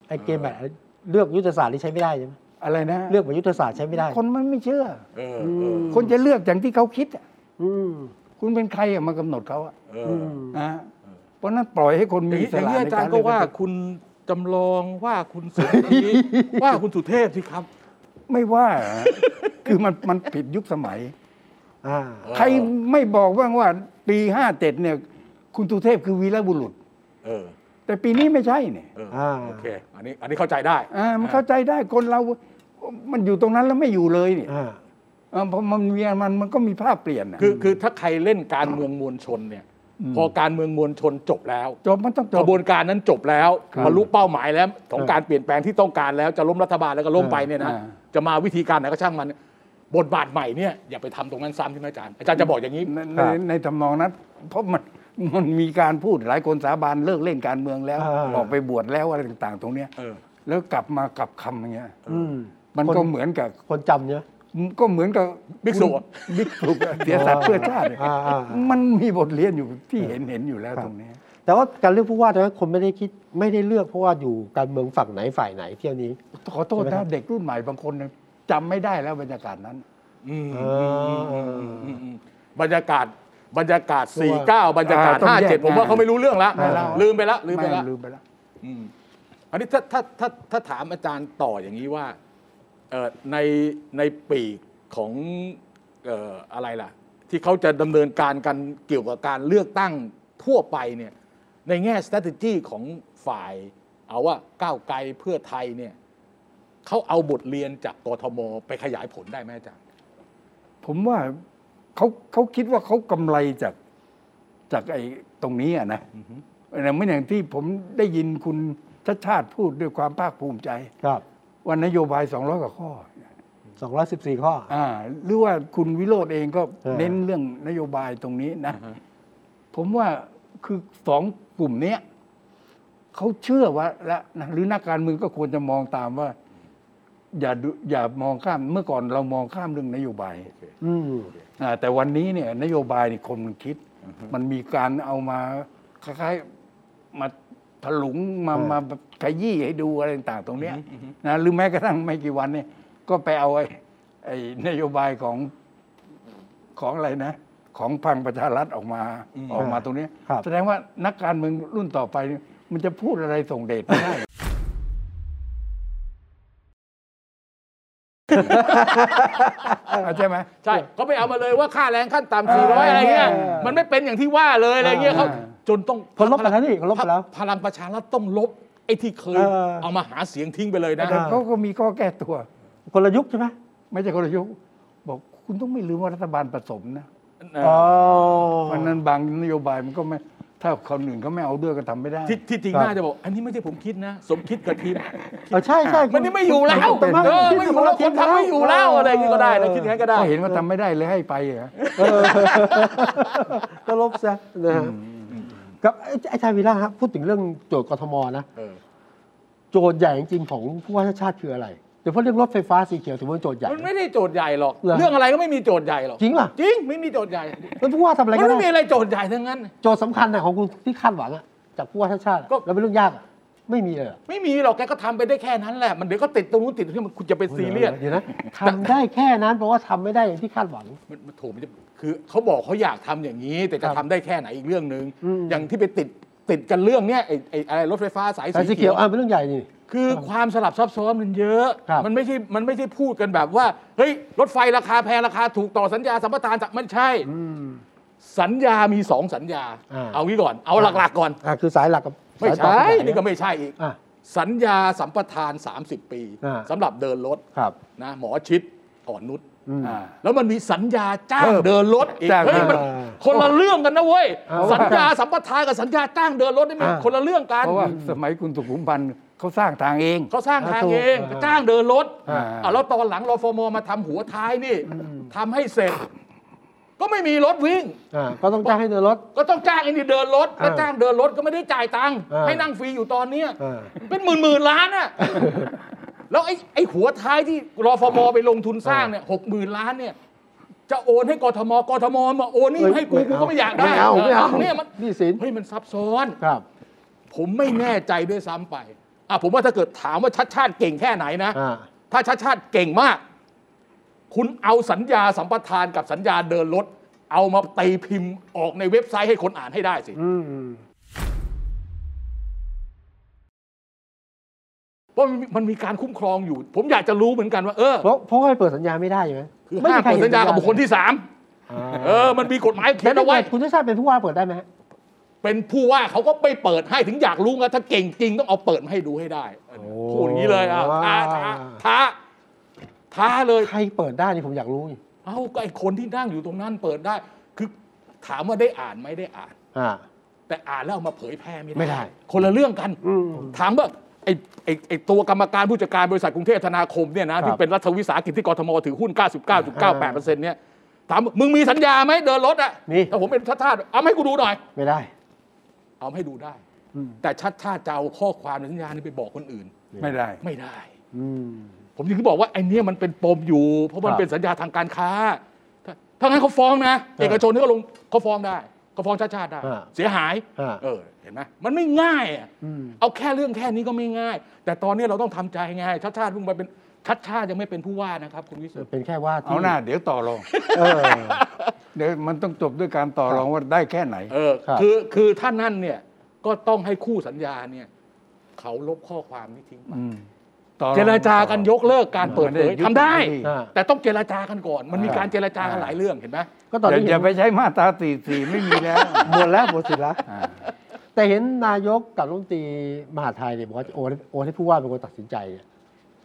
S1: ไอ้เกมแบบเลือกยุทธศาสตร์นี่ใช้ไม่ได้ใช่ไหม
S3: อะไรนะ
S1: เลือกแบบยุทธศาสตร์ใช้ไม่ได้
S3: คนมันไม่เชื่อ
S2: เออเออ
S3: คนจะเลือกอย่างที่เขาคิดอะ
S1: อืม
S3: คุณเป็นใครอะมากำหนดเขาอะ
S2: เอ
S1: อื
S2: อ
S1: ม
S3: นะเพราะนั้นปล่อยให้คน
S2: อ
S3: มี
S2: ย่าง
S3: อิ
S2: นี้อ
S3: ส
S2: ย่าง
S3: ระ
S2: นี้อาจาก
S3: ในาร ร
S2: ย์
S3: เลื
S2: ก็
S3: อก
S2: ว่า
S3: ตั้ง
S2: คุณจำลองว่าคุณสุทธิ *laughs* ว่าคุณสุเทพสิครับ
S3: *laughs* ไม่ว่าอะ คือมันมันผิดยุคสมัย
S1: อ่า
S3: ใครไม่บอกบ้างว่าปีห้าเจ็ดเนี่ย คุณตุเทพคือวีรบุรุษ
S2: เออ
S3: แต่ปีนี้ไม่ใช่เนี่ย
S2: เออ
S1: อ่า
S2: โอเคอันนี้อันนี้เข้าใจได้
S3: อ่ามันเข้าใจได้คนเรา มันอยู่ตรงนั้นแล้วไม่อยู่เลยเนี่ย
S1: อ่า
S3: เออเพราะมันมีมันมันก็มีภาพเปลี่ยนนะ
S2: คือคือถ้าใครเล่นการเมืองมวลชนเนี่ย พอการเมืองมวลชนจบแล้ว
S3: จบมันต้องจ
S2: ก
S3: บ
S2: ระบวนการนั้นจบแล้ว
S3: ครับ
S2: บรรลุเป้าหมายแล้วขอ
S1: ค
S2: ง
S1: รับ
S2: การเปลี่ยนแปลงที่ต้องการแล้วจะล้มรัฐบาลแล้วก็ล้มไปเนี่ยนะ
S3: อ่า
S2: จะมาวิธีการไหนก็ช่างมัน บทบาทใหม่เนี่ยอย่าไปทำตรงนั้นซ้ำใช่ไหมอาจารย์อาจารย์จะบอกอย่างนี้
S3: ใน
S1: ครั
S3: ใน
S1: บ
S3: ในทำนองนั้น เพราะมันมันมีการพูดหลายคนสาบานเลิกเล่นการเมืองแล้ว
S1: อ่า
S3: ออกไปบวชแล้วอะไรต่างๆ ตรงเนี้ย
S2: เออ
S3: แล้วกลับมากลับคำอย่างเงี้ย
S1: อืม
S3: มัน
S1: ค
S3: ก็เหมือนกับ
S1: คนจำเยอะ
S3: ก็เหมือนกับ
S2: บิ๊กสุ
S3: บิ๊กสุเสียสัตว์เพื่อชาติเนี่ย
S1: อ่าอ่าอ่า
S3: มันมีบทเรียนอยู่ที่เห็นเห็นอยู่แล้ว
S1: ครับ
S3: ตรงเนี้ย
S1: แต่ว่าการเลือกผู้ว่าตอนนั้นคนไม่ได้คิดไม่ได้เลือกเพราะว่าอยู่การเมืองฝั่งไหนฝ่ายไหนเที่ยวนี้
S3: ขอโทษ
S1: ใช่ไหมครั
S3: นะ
S1: บ
S3: เด็กรุ่นใหม่บางคนยังจำไม่ได้แล้วบรรยากาศนั้น
S2: อืม
S1: เออ
S2: มอืมบรรยากาศบรรยากาศ
S1: ตัว
S2: 49 บรรยากาศ
S3: อ่าต้องแยก
S2: 57 ผมว่า
S3: นะ
S2: เขาไม่รู้เรื่องละ
S3: ไม่เล่า
S2: ลืมไปละลืมไปละ
S3: ลืมไปแล้ว
S2: อืมอันนี้ถ้าถ้าถ้าถ้าถามอาจารย์ต่ออย่างนี้ว่าเอ่อในในปีกของเอ่ออะไรล่ะ ที่เขาจะดำเนินการกันเกี่ยวกับการเลือกตั้งทั่วไปเนี่ยในแง่ strategy ของฝ่าย เอาว่าก้าวไกลเพื่อไทยเนี่ยเขาเอาบทเรียนจากกทมไปขยายผลได้ไหมอาจารย์
S3: ผมว่าเขาเขาคิดว่าเขากำไรจากจากไอ้ตรงนี้อะนะแต่ไม่อย่างที่ผมได้ยินคุณชาติชาติพูดด้วยความภาคภูมิใจ
S1: ครับ
S3: ว่านโยบาย 200 กว่าข้อ
S1: 214 ข้อ
S3: อ่าหรือว่าคุณวิโรธเองก็
S1: เออ
S3: เน้นเรื่องนโยบายตรงนี้นะ ผมว่าคือสองกลุ่มเนี้ยเขาเชื่อว่าและนะหรือนักการเมืองก็ควรจะมองตามว่า อย่าดูอย่ามองข้ามเมื่อก่อนเรามองข้ามเรื่องนโยบาย
S1: อืม
S3: อ่าแต่วันนี้เนี่ยนโยบายนี่คนมันคิด มันมีการเอามาคล้ายๆมาถลุงมา
S1: เออ
S3: มาขยี้ให้ดูอะไรต่างๆ ตรงเนี้ยนะหรือแม้กระทั่งไม่กี่วันเนี่ยก็ไปเอาไอ้ไอ้นโยบายของของอะไรนะ ของพังประชารัฐออกมาออกมาตรงเนี้ยแสดงว่านักการเมืองรุ่นต่อไปเนี่ยมันจะพูดอะไรส่งเดชไม่ได้ *laughs* ใช่ไหม
S2: ใช่เขาไปเอามาเลยว่าค่าแรงขั้นต่ำ400 อะไรเงี้ย
S1: เออ
S2: มันไม่เป็นอย่างที่ว่าเลยอะไรเงี้ย
S3: เออ
S2: เขาจนต้อง
S1: เขาลบไปแล้วนี่เขาลบไปแล้ว
S2: พลังประชารัฐต้องลบไอ้ที่เคย
S1: เออ
S2: เอามาหาเสียงทิ้งไปเลยนะ
S3: แต่เขาก็มีข้อแก้ตัว
S1: คนละยุคใช่ไหม
S3: ไม่ใช่คนละยุคบอกคุณต้องไม่ลืมว่ารัฐบาลผสมนะ
S1: อ๋อ
S3: เพราะฉะนั้นบางนโยบายมันก็ไม่ถ้าคนอื่นเขาไม่เอาด้วยก็ทำไม่ได้
S2: ที่ที่จริงน่าจะบอก อันนี้ไม่ใช่ผมคิดนะ สมคิดกับทีม
S1: เออใช่ใช่
S2: มันนี่ไม่อยู่แล้ว
S1: คุณ
S2: เออไม่อยู่แล้วคนทำไม่อยู่แล้วอะไรอย่างงี้ก็ได้นะคิดอย่างนั้นก็ได้
S3: ก็เห็นว่าทำไม่ได้เลยให้ไปเหรอ
S1: เออก็ลบซะนะฮะกับไอ้ไอ้ชายวีระฮะพูดถึงเรื่องโจทย์กทมนะ
S2: เออ
S1: โจทย์ใหญ่จริงๆของผู้ว่าชาติชาติคืออะไรเดี๋ยวพอเรื่องรถไฟฟ้าสีเขียวถือว่าเป็นโจทย์ใหญ่
S2: มันไม่ได้โจทย์ใหญ่หรอก
S1: เหรอ
S2: เรื่องอะไรก็ไม่มีโจทย์ใหญ่หรอก
S1: จริงเหรอ
S2: จริงไม่มีโจทย์ใหญ่
S1: แล้วผู้ว่าทำอะไร
S2: มั
S1: ก็
S2: นไม่มี
S1: ได้
S2: อะไรโจทย์ใหญ่ทั้งนั้น
S1: โจทย์สำคัญนะของคุณที่คาดหวังอะจากผู้ว่าชาติชาติอะ
S2: ก็
S1: แล้วเป็นเรื่องยากอะไม่มีเลยเหรอ
S2: ไม่มีหรอกแกก็ทำไปได้แค่นั้นแหละมันเดี๋ยวก็ติดตรงนู้นติดตรงนี้มันคุณจะไปซีเรียส
S1: เดี๋ยวนะทำได้แค่นั้นเพราะว่าทำไม่ได้อย่างที่คาดหวัง
S2: มันมันโถมันจะคือเขาบอกเขาอยากทำอย่างนี้ แต่
S1: ครั
S2: จะ
S1: บ
S2: ทำได้แค่ไหนอีกเรื่องหนึ
S1: อื
S2: ง่
S1: ม
S2: งอย่างที่ไปติดติดกันเรื่องเนี้ยไอ้ไอ้อะไรรถไฟฟ้าสาย
S1: สายสี
S2: สี
S1: เขี
S2: เขี
S1: ย
S2: ยว ว
S1: อ่ะเป็นเรื่องใหญ่นี่
S2: คือความสลับซับซ้อนมันเยอะ
S1: ครับ
S2: มันไม่ใช่มันไม่ใช่พูดกันแบบว่าเฮ้ยรถไฟราคาแพงราคาถูกต่อสัญญาสัมปทานจากมันใช่ สัญญามีสองสัญญา
S1: อ่า
S2: เอางี้ก่อนเอาหลักๆก่อน
S1: อ่ะคือสายหลักกับ
S2: ไม่
S1: สาย
S2: ใช่
S1: ต่อคือสาย
S2: นี่ก็ไม่ใช่อีก
S1: อ่ะ
S2: สัญญาสัมปทาน 30 ปี
S1: อ่า
S2: สำหรับเดินรถ
S1: ครับ
S2: นะหมอชิดอ่อนนุช
S1: อืม
S3: อ่า
S2: แล้วมันมีสัญญาจ้าง
S3: เออ
S2: เดินรถอีก
S3: จ้าง
S2: เฮ้ยมัน
S1: เออ
S2: คนละเรื่องกันนะเว้ย
S1: เออ
S2: สัญญาสัมปทานกับสัญญาจ้างเดินรถนี่มัน
S1: อ่า
S2: คนละเรื่องกัน
S3: เพราะว่าสมัยคุณสุขุมพันธ์เขาสร้างทางเอง
S2: เขาสร้างทางเอง
S1: เออ
S2: จ้างเดินรถ
S3: อ่า
S2: อ่ะแล้วตอนหลังรอฟมมาทำหัวท้ายนี่ทำให้เสร็จ ก็ไม่มีรถวิ่ง
S1: อ่าก็ต้องจ้างให้เดินรถ
S2: ก็ต้องจ้างไอ้นี่เดินรถ
S1: เออ
S2: แล้วจ้างเดินรถก็ไม่ได้จ่ายตังค์
S1: เออ
S2: ให้นั่งฟรีอยู่ตอนเนี้ย
S1: อ่า
S2: เป็นหมื่นหมื่นล้าน
S1: *laughs*
S2: อะ แล้วไอ้ไอ้หัวท้ายที่รอฟมไปลงทุนสร้างเนี่ยหกหมื่นล้านเนี่ย จะโอนให้กทมกทมมาโอนนี่
S1: เอ้ย
S2: ให้กูกู
S1: ไม่เอา
S2: ก็ไม่อยากได้
S1: ไม่เอาไม่เอา
S2: เนี่ยมัน
S1: หนี้สิน
S2: เฮ้ยมันซับซ้อน
S1: ครับ
S2: ผมไม่แน่ใจด้วยซ้ำไปอ่ะผมว่าถ้าเกิดถามว่าชัดชาติเก่งแค่ไหนนะ
S1: อ่า
S2: ถ้าชัดชาติเก่งมาก คุณเอาสัญญาสัมปทานกับสัญญาเดินรถ เอามาตีพิมพ์ออกในเว็บไซต์ให้คนอ่านให้ได้สิ
S1: อืม
S2: เพราะมันมีมันมีการคุ้มครองอยู่ ผมอยากจะรู้เหมือนกันว่าเออ
S1: เพราะเพราะว่าเปิดสัญญาไม่ได้ใช่ไหม
S2: คือ
S1: ไม่
S2: ห้าม
S1: มีใคร
S2: เปิด
S1: เห็น
S2: สัญญากับบุคคลที่สาม เออมันมีกฎหมายเขียนเอาไว้
S1: คุณชาติชาติเป็นผู้ว่าเปิดได้ไหมฮะ
S2: เป็นผู้ว่าเขาก็ไม่เปิดให้ถึงอยากรู้ไงถ้าเก่งจริงต้องเอาเปิดมาให้ดูให้ได้พูดอย่างนี้เลยอ่ะท้าท้าท้าท้าเลย
S1: ใครเปิดได้นี่ผมอยากรู้อยู่
S2: เอ้าก็ไอคนที่นั่งอยู่ตรงนั้นเปิดได้ คือถามว่าได้อ่านไหมได้อ่าน
S1: อ่า
S2: แต่อ่านแล้วเอามาเผยแพร่ไม่ได้
S1: ไม่ได้
S2: คนละเรื่องกัน
S1: อืม
S2: ถามว่าไอ้ไอ้ไอ้ตัวกรรมการผู้จัดการบริษัทกรุงเทพธนาคมเนี่ยนะครับที่เป็นรัฐวิสาหกิจที่กทมถือหุ้น 99.98%เนี่ยถามว่ามึงมีสัญญาไหมเดินรถอ่ะ
S1: มี
S2: ถ้าผมเป็นชาติชาติเอามาให้กูดูหน่อย
S1: ไม่ได้
S2: เอามาให้ดูได้
S1: อืม
S2: แต่ชาติชาติจะเอาข้อความในสัญญานี้ไปบอกคนอื่น
S3: ไม่ได้
S2: ไม่ได้
S1: อืม
S2: ผมถึงบอกว่าไอ้เนี่ยมันเป็นปมอยู่ เพราะมัน
S1: ครับ
S2: เป็นสัญญาทางการค้า ถ้าถ้างั้นเขาฟ้องนะ
S1: เออ
S2: เอกชนที่เขาลงเขาฟ้องได้เขาฟ้องชาติชาติได้
S1: อ่า
S2: เสียหาย
S1: อ่า
S2: เออเห็นไหมมันไม่ง่ายอะ
S1: อืม
S2: เอาแค่เรื่องแค่นี้ก็ไม่ง่าย แต่ตอนนี้เราต้องทำใจไงชาติชาติเพิ่งมาเป็นชาติชาติยังไม่เป็นผู้ว่านะครับ คุณวิสุทธิ์
S1: เป็นแค่ว่าที่
S3: เอาหน้าเดี๋ยวต่อรอง
S1: เออ
S3: เดี๋ยวมันต้องจบด้วยการต่อรองว่าได้แค่ไหน
S2: เออ
S1: ครับ
S2: คือคือท่านนั่นเนี่ยก็ต้องให้คู่สัญญาเนี่ยเขาลบข้อความนี้ทิ้งไป
S3: อืมต่ออง
S2: เจรจากันยกเลิกการเปิดเผย
S3: มันไม่ได้ยุติ
S2: ทำได้
S3: ไม่ได้
S2: แต่ต้องเจรจากันก่อน มันมี
S1: อ่า
S2: การเจรจากันหลายเรื่องเห็นไหม
S1: ก็ตอน
S3: อย่า
S1: นี้
S3: อ
S1: เห็
S3: ย่าน ไปใช้มาตราสี่สี่ไม่มีแล้ว
S1: หมดแล้วหมดสิทธิ์แล้ว
S3: อ่า
S1: แต่เห็นนายกกับรัฐมนตรีมหาดไทยเนี่ยบอกว่าจะโอนโอนให้ผู้ว่าเป็นคนตัดสินใจเนี่ย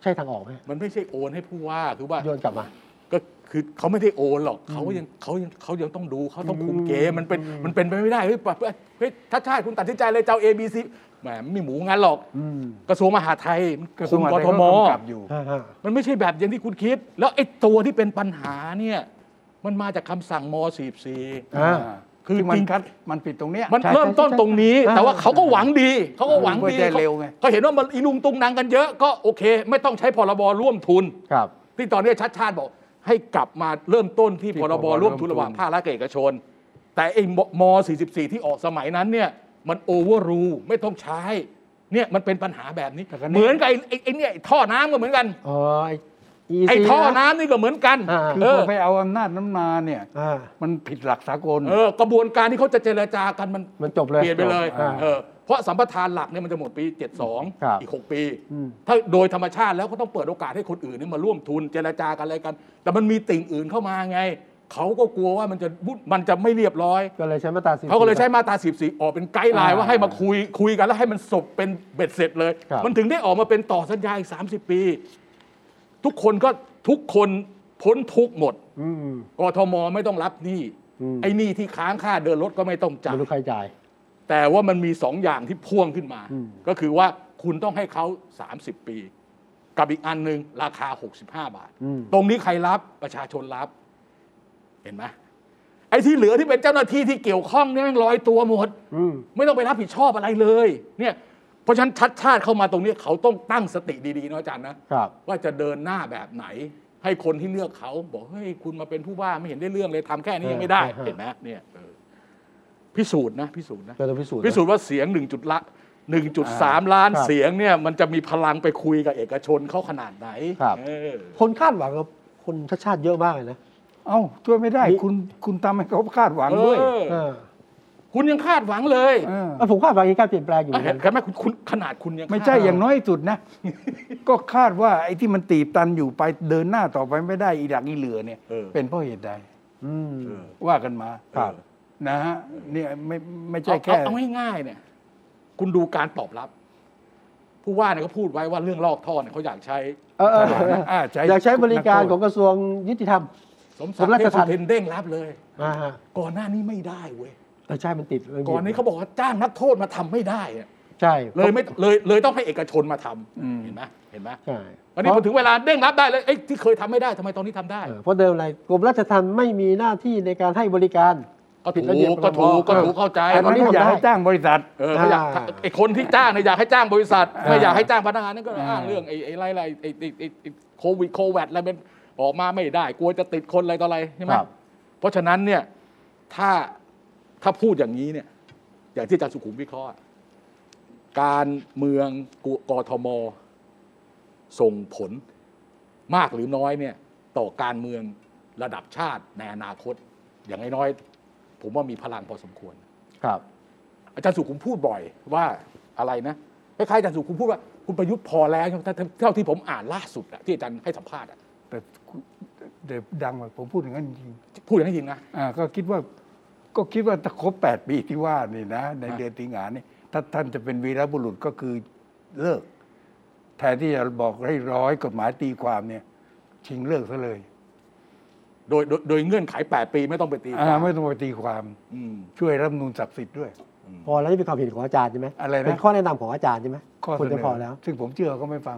S1: ใช่ทางออกไหม
S2: มันไม่ใช่โอนให้ผู้ว่าคือว่า
S1: โยนกลับมา
S2: ก็คือเขาไม่ได้โอนหรอกเขายังเขายังเขายังต้องดูเขาต้องคุมเกมมันเป็นมันเป็นไปไม่ได้เฮ้ยปะเฮ้ยเฮ้ยชาติชาติคุณตัดสินใจเลยเจ้า A B C แหมไม่หมูงั้นหรอก
S1: อืม
S2: กระทรวงมหาดไทยมัน
S3: กระทร
S2: คุ
S3: วง
S2: ม
S3: ม
S2: ทม
S3: หากดไทยก็กำกับอยู่
S1: อ่าฮะ
S2: มันไม่ใช่แบบอย่างที่คุณคิด แล้วไอ้ตัวที่เป็นปัญหาเนี่ยมันมาจากคำสั่งม .44
S1: อ่า
S2: คื
S3: คือ อมัน
S2: จริง
S3: คัดมันผิดตรงเนี้ย
S2: มัน
S1: ใช่
S2: เริ่มต้นตรงนี้
S1: ใช่ใช่
S2: แต่ว่าเขาก็หวังดีเขาก็หวังดี
S3: เพื่อจะเร็วไง
S2: เขาเห็นว่ามันอีนุงตุงนังกันเยอะก็โอเค ไม่ต้องใช้พรบร่วมทุน
S1: ครับ
S2: ที่ตอนนี้ชัดชาติบอก ให้กลับมาเริ่มต้นที่
S3: ที่
S2: พรบ
S3: พรบ
S2: ร่วมทุน
S3: ร่วมทุน
S2: ระหว่างภาครัฐกับเอกชน แต่ไอ้ม .44 ที่ออกสมัยนั้นเนี่ยมันโอเวอร์รูไม่ต้องใช้เนี่ยมันเป็นปัญหาแบบนี้ เหมือนกับไอ้ไอ้ไอ้เนี่ยไอ้ท่อน้ำก็เหมือนกัน
S1: อ๋อไอ้
S2: ไอ้
S1: EC
S2: ท่อน้ำนี่ก็เหมือนกัน
S1: อ่า
S3: คือ
S2: เอ
S3: พ
S2: อ
S3: อไปเอาอำนาจนั้นมาเนี่ย
S1: อ่า
S3: มันผิดหลักสากล
S2: เออกระบวนการที่เขาจะเจรจากันมัน
S1: มันจบเลย
S2: เปลี่ยนไปเลย
S1: อ่า
S2: เออเพราะสัมปทานหลักเนี่ยมันจะหมดปี
S1: ครับ
S2: 72 อีก 6 ปี
S1: อืม
S2: ถ้าโดยธรรมชาติแล้วก็ต้องเปิดโอกาสให้คนอื่นเนี่ยมาร่วมทุนเจรจากันอะไรกัน แต่มันมีติ่งอื่นเข้ามาไง เขาก็กลัวว่ามันจะวุ่นมันจะไม่เรียบ
S1: *laughs*
S2: ร้อย
S1: ก็เลยใช้มาตราสิ
S2: เขาก็เลยใช้มาตรา14ออกเป็นไกด์ไลน์
S3: อ่า
S2: ว่าให้มาคุยคุยกันแล้วให้มันสบเป็นเบ็ดเสร็จเลย
S1: ครับ
S2: มันถึงได้ออกมาเป็นต่อสัญญาอีก 30 ปี ทุกคนก็ทุกคนพ้นทุกข์หมด
S1: อืม
S2: กทมไม่ต้องรับหนี้
S1: อืม
S2: ไอ้หนี้ที่ค้างค่าเดินรถก็ไม่ต้องจ่าย
S1: ไม่รู้ใครจ่าย
S2: แต่ว่ามันมีสองอย่างที่พ่วงขึ้นมา
S1: อืม
S2: ก็คือว่าคุณต้องให้เขา 30 ปี กับอีกอันหนึ่งราคา 65 บาท
S1: อืม
S2: ตรงนี้ใครรับประชาชนรับ เห็นไหมไอ้ที่เหลือที่เป็นเจ้าหน้าที่ที่เกี่ยวข้องเนี่ยแม่งลอยตัวหมด
S1: อืม
S2: ไม่ต้องไปรับผิดชอบอะไรเลย เนี่ยเพราะฉะนั้นชัดชาติเข้ามาตรงนี้เขาต้องตั้งสติดีๆนะอาจารย์นะ
S1: ครับ
S2: ว่าจะเดินหน้าแบบไหน ให้คนที่เลือกเขาบอกเฮ้ยคุณมาเป็นผู้ว่าไม่เห็นได้เรื่องเลยทำแค่นี้ยังไม่ได้
S1: เออเออ
S2: เห็นไหมเนี่ยเออพิสูจน์นะพิสูจน์นะ
S1: ก็ต้องพิสูจน์
S2: พิสูจน์ว่าเสียง1จุดละ1.3 ล้านเสียงเนี่ยมันจะมีพลังไปคุยกับเอกชนเขาขนาดไหน
S1: ครับ
S2: เออ
S1: คนคาดหวังกับคนชาติชาติเยอะมากเลยนะ
S3: เอ้าช่วยไม่ได้ คุณคุณทำให้เขาคาดหวังด้วย
S2: เออ
S1: เออ
S2: คุณยังคาดหวังเลย
S3: เออ
S1: เออผมคาดหวังในการเปลี่ยนแปลงอยู่เหมือน
S2: เห็
S1: กัน น
S2: ไหมคุณคุณขนาดคุณยัง
S3: ไม่ใช่อย่างน้อยสุด
S2: *laughs*
S3: นะ ก็คาดว่าไอ้ที่มันตีบตันอยู่ไปเดินหน้าต่อไปไม่ได้อีหลักอีเหลือเนี่ย
S2: เออ
S3: เป็นเพราะเหตุใด
S1: อืม
S2: เออ
S3: ว่ากันมา
S1: ครับ
S3: นะฮะเนี่ยไม่ไม่
S2: เอา
S3: ใช่แค่
S2: เอาเอาง่ายๆเนี่ย คุณดูการตอบรับ ผู้ว่าเนี่ยก็พูดไว้ว่าเรื่องลอกท่อเนี่ยเขาอยากใช้
S1: เออเออ
S3: อ่าใช้
S1: อยากใช้บริการของกระทรวงยุติธรรม
S2: สมศัก
S1: ผมรั
S2: ดิ์
S1: ก
S2: เทพ
S1: ส
S2: สุ
S1: ถาน
S2: ทินเด้งรับเลย
S1: อ่าฮะ
S2: ก่อนหน้านี้ไม่ได้เว้ย
S1: เออใช่มันติดรื่ง
S2: ก่อนนี้เขาบอกว่าจ้างนักโทษมาทำไม่ได้อะ
S1: ใช่
S2: เลยไม่เลยเลยต้องให้เอกชนมาทำ
S3: อืม
S2: เห็นไหมเห็นไหม
S1: ใช่
S2: อันนี้พอถึงเวลาเด้งรับได้เลยเอ้ยที่เคยทำไม่ได้ทำไมตอนนี้ทำได้
S1: เออเพราะเดิมอะไรกรมราชทัณฑ์ไม่มีหน้าที่ในการให้บริการ
S2: ก็
S1: ผิด
S2: ถู
S1: ระเบียบ
S2: กก็ถูกก็ถูกเข้าใจ
S3: แต่
S1: ต
S3: มัน
S1: นี้
S3: ไม่อยากให้จ้างบริษัท
S2: เออเขาอยาก
S1: อ่า
S2: ไอ้คนที่จ้างเนี่ยอยากให้จ้างบริษัท
S3: อ่า
S2: ไม่อยากให้จ้างพนักงานนั่นก็
S3: อ่า
S2: อ้างเรื่องไอ้ไอ้ไรไรไอ้ไอ้ไอ้ไอ้โควิดโควิดอะไรเป็นออกมาไม่ได้ กลัวจะติดคนอะไรต่ออะไรใช่ไหม
S1: ครับ
S2: เพราะฉะนั้นเนี่ยถ้าถ้าพูดอย่างนี้เนี่ยอย่างที่อาจารย์สุขุมวิเคราะห์อะการเมืองกกทม ส่งผลมากหรือน้อยเนี่ยต่อการเมืองระดับชาติในอนาคต อย่างน้อยๆผมว่ามีพลังพอสมควร
S1: ครับ
S2: อาจารย์สุขุมพูดบ่อยว่าอะไรนะคล้ายๆอาจารย์สุขุมพูดว่าคุณประยุทธ์พอแล้วใช่ไหมเท่าเท่าที่ผมอ่านล่าสุดอะที่อาจารย์ให้สัมภาษณ์อะ
S3: แต่ เดี๋ยวดังหมดผมพูดอย่างนั้นจริง
S2: พูดอย่างนี้จริงนะ
S3: ๆอ่าก็คิดว่าก็คิดว่าถ้าครบแปดปีที่ว่านี่นะ ในเดือนสิงหาเนี่ยถ้าท่านจะเป็นวีรบุรุษก็คือเลิก แทนที่จะบอกให้ร้อยกฎหมายตีความเนี่ย ชิงเลิกซะเลย
S2: โดยโดยโดยเงื่อนไข 8 ปีไม่ต้องไปตี
S3: อ่าว
S2: คาม
S3: ไม่ต้องไปตีความ
S2: อืม
S3: ช่วยรัฐธรรมนูญศักดิ์สิทธิ์ด้วย
S1: พอแล้วนี่เป็นความเห็นของอาจารย์ใช่ไหม
S3: อะไรนะ
S1: เป็นข้อแนะนำของอาจารย์ใช่ไหม
S3: ข้อ
S1: คุณ
S3: เสน
S1: จะ
S3: อ
S1: พอแล้ว
S3: ซึ่งผมเชื่อเขาไม่ฟัง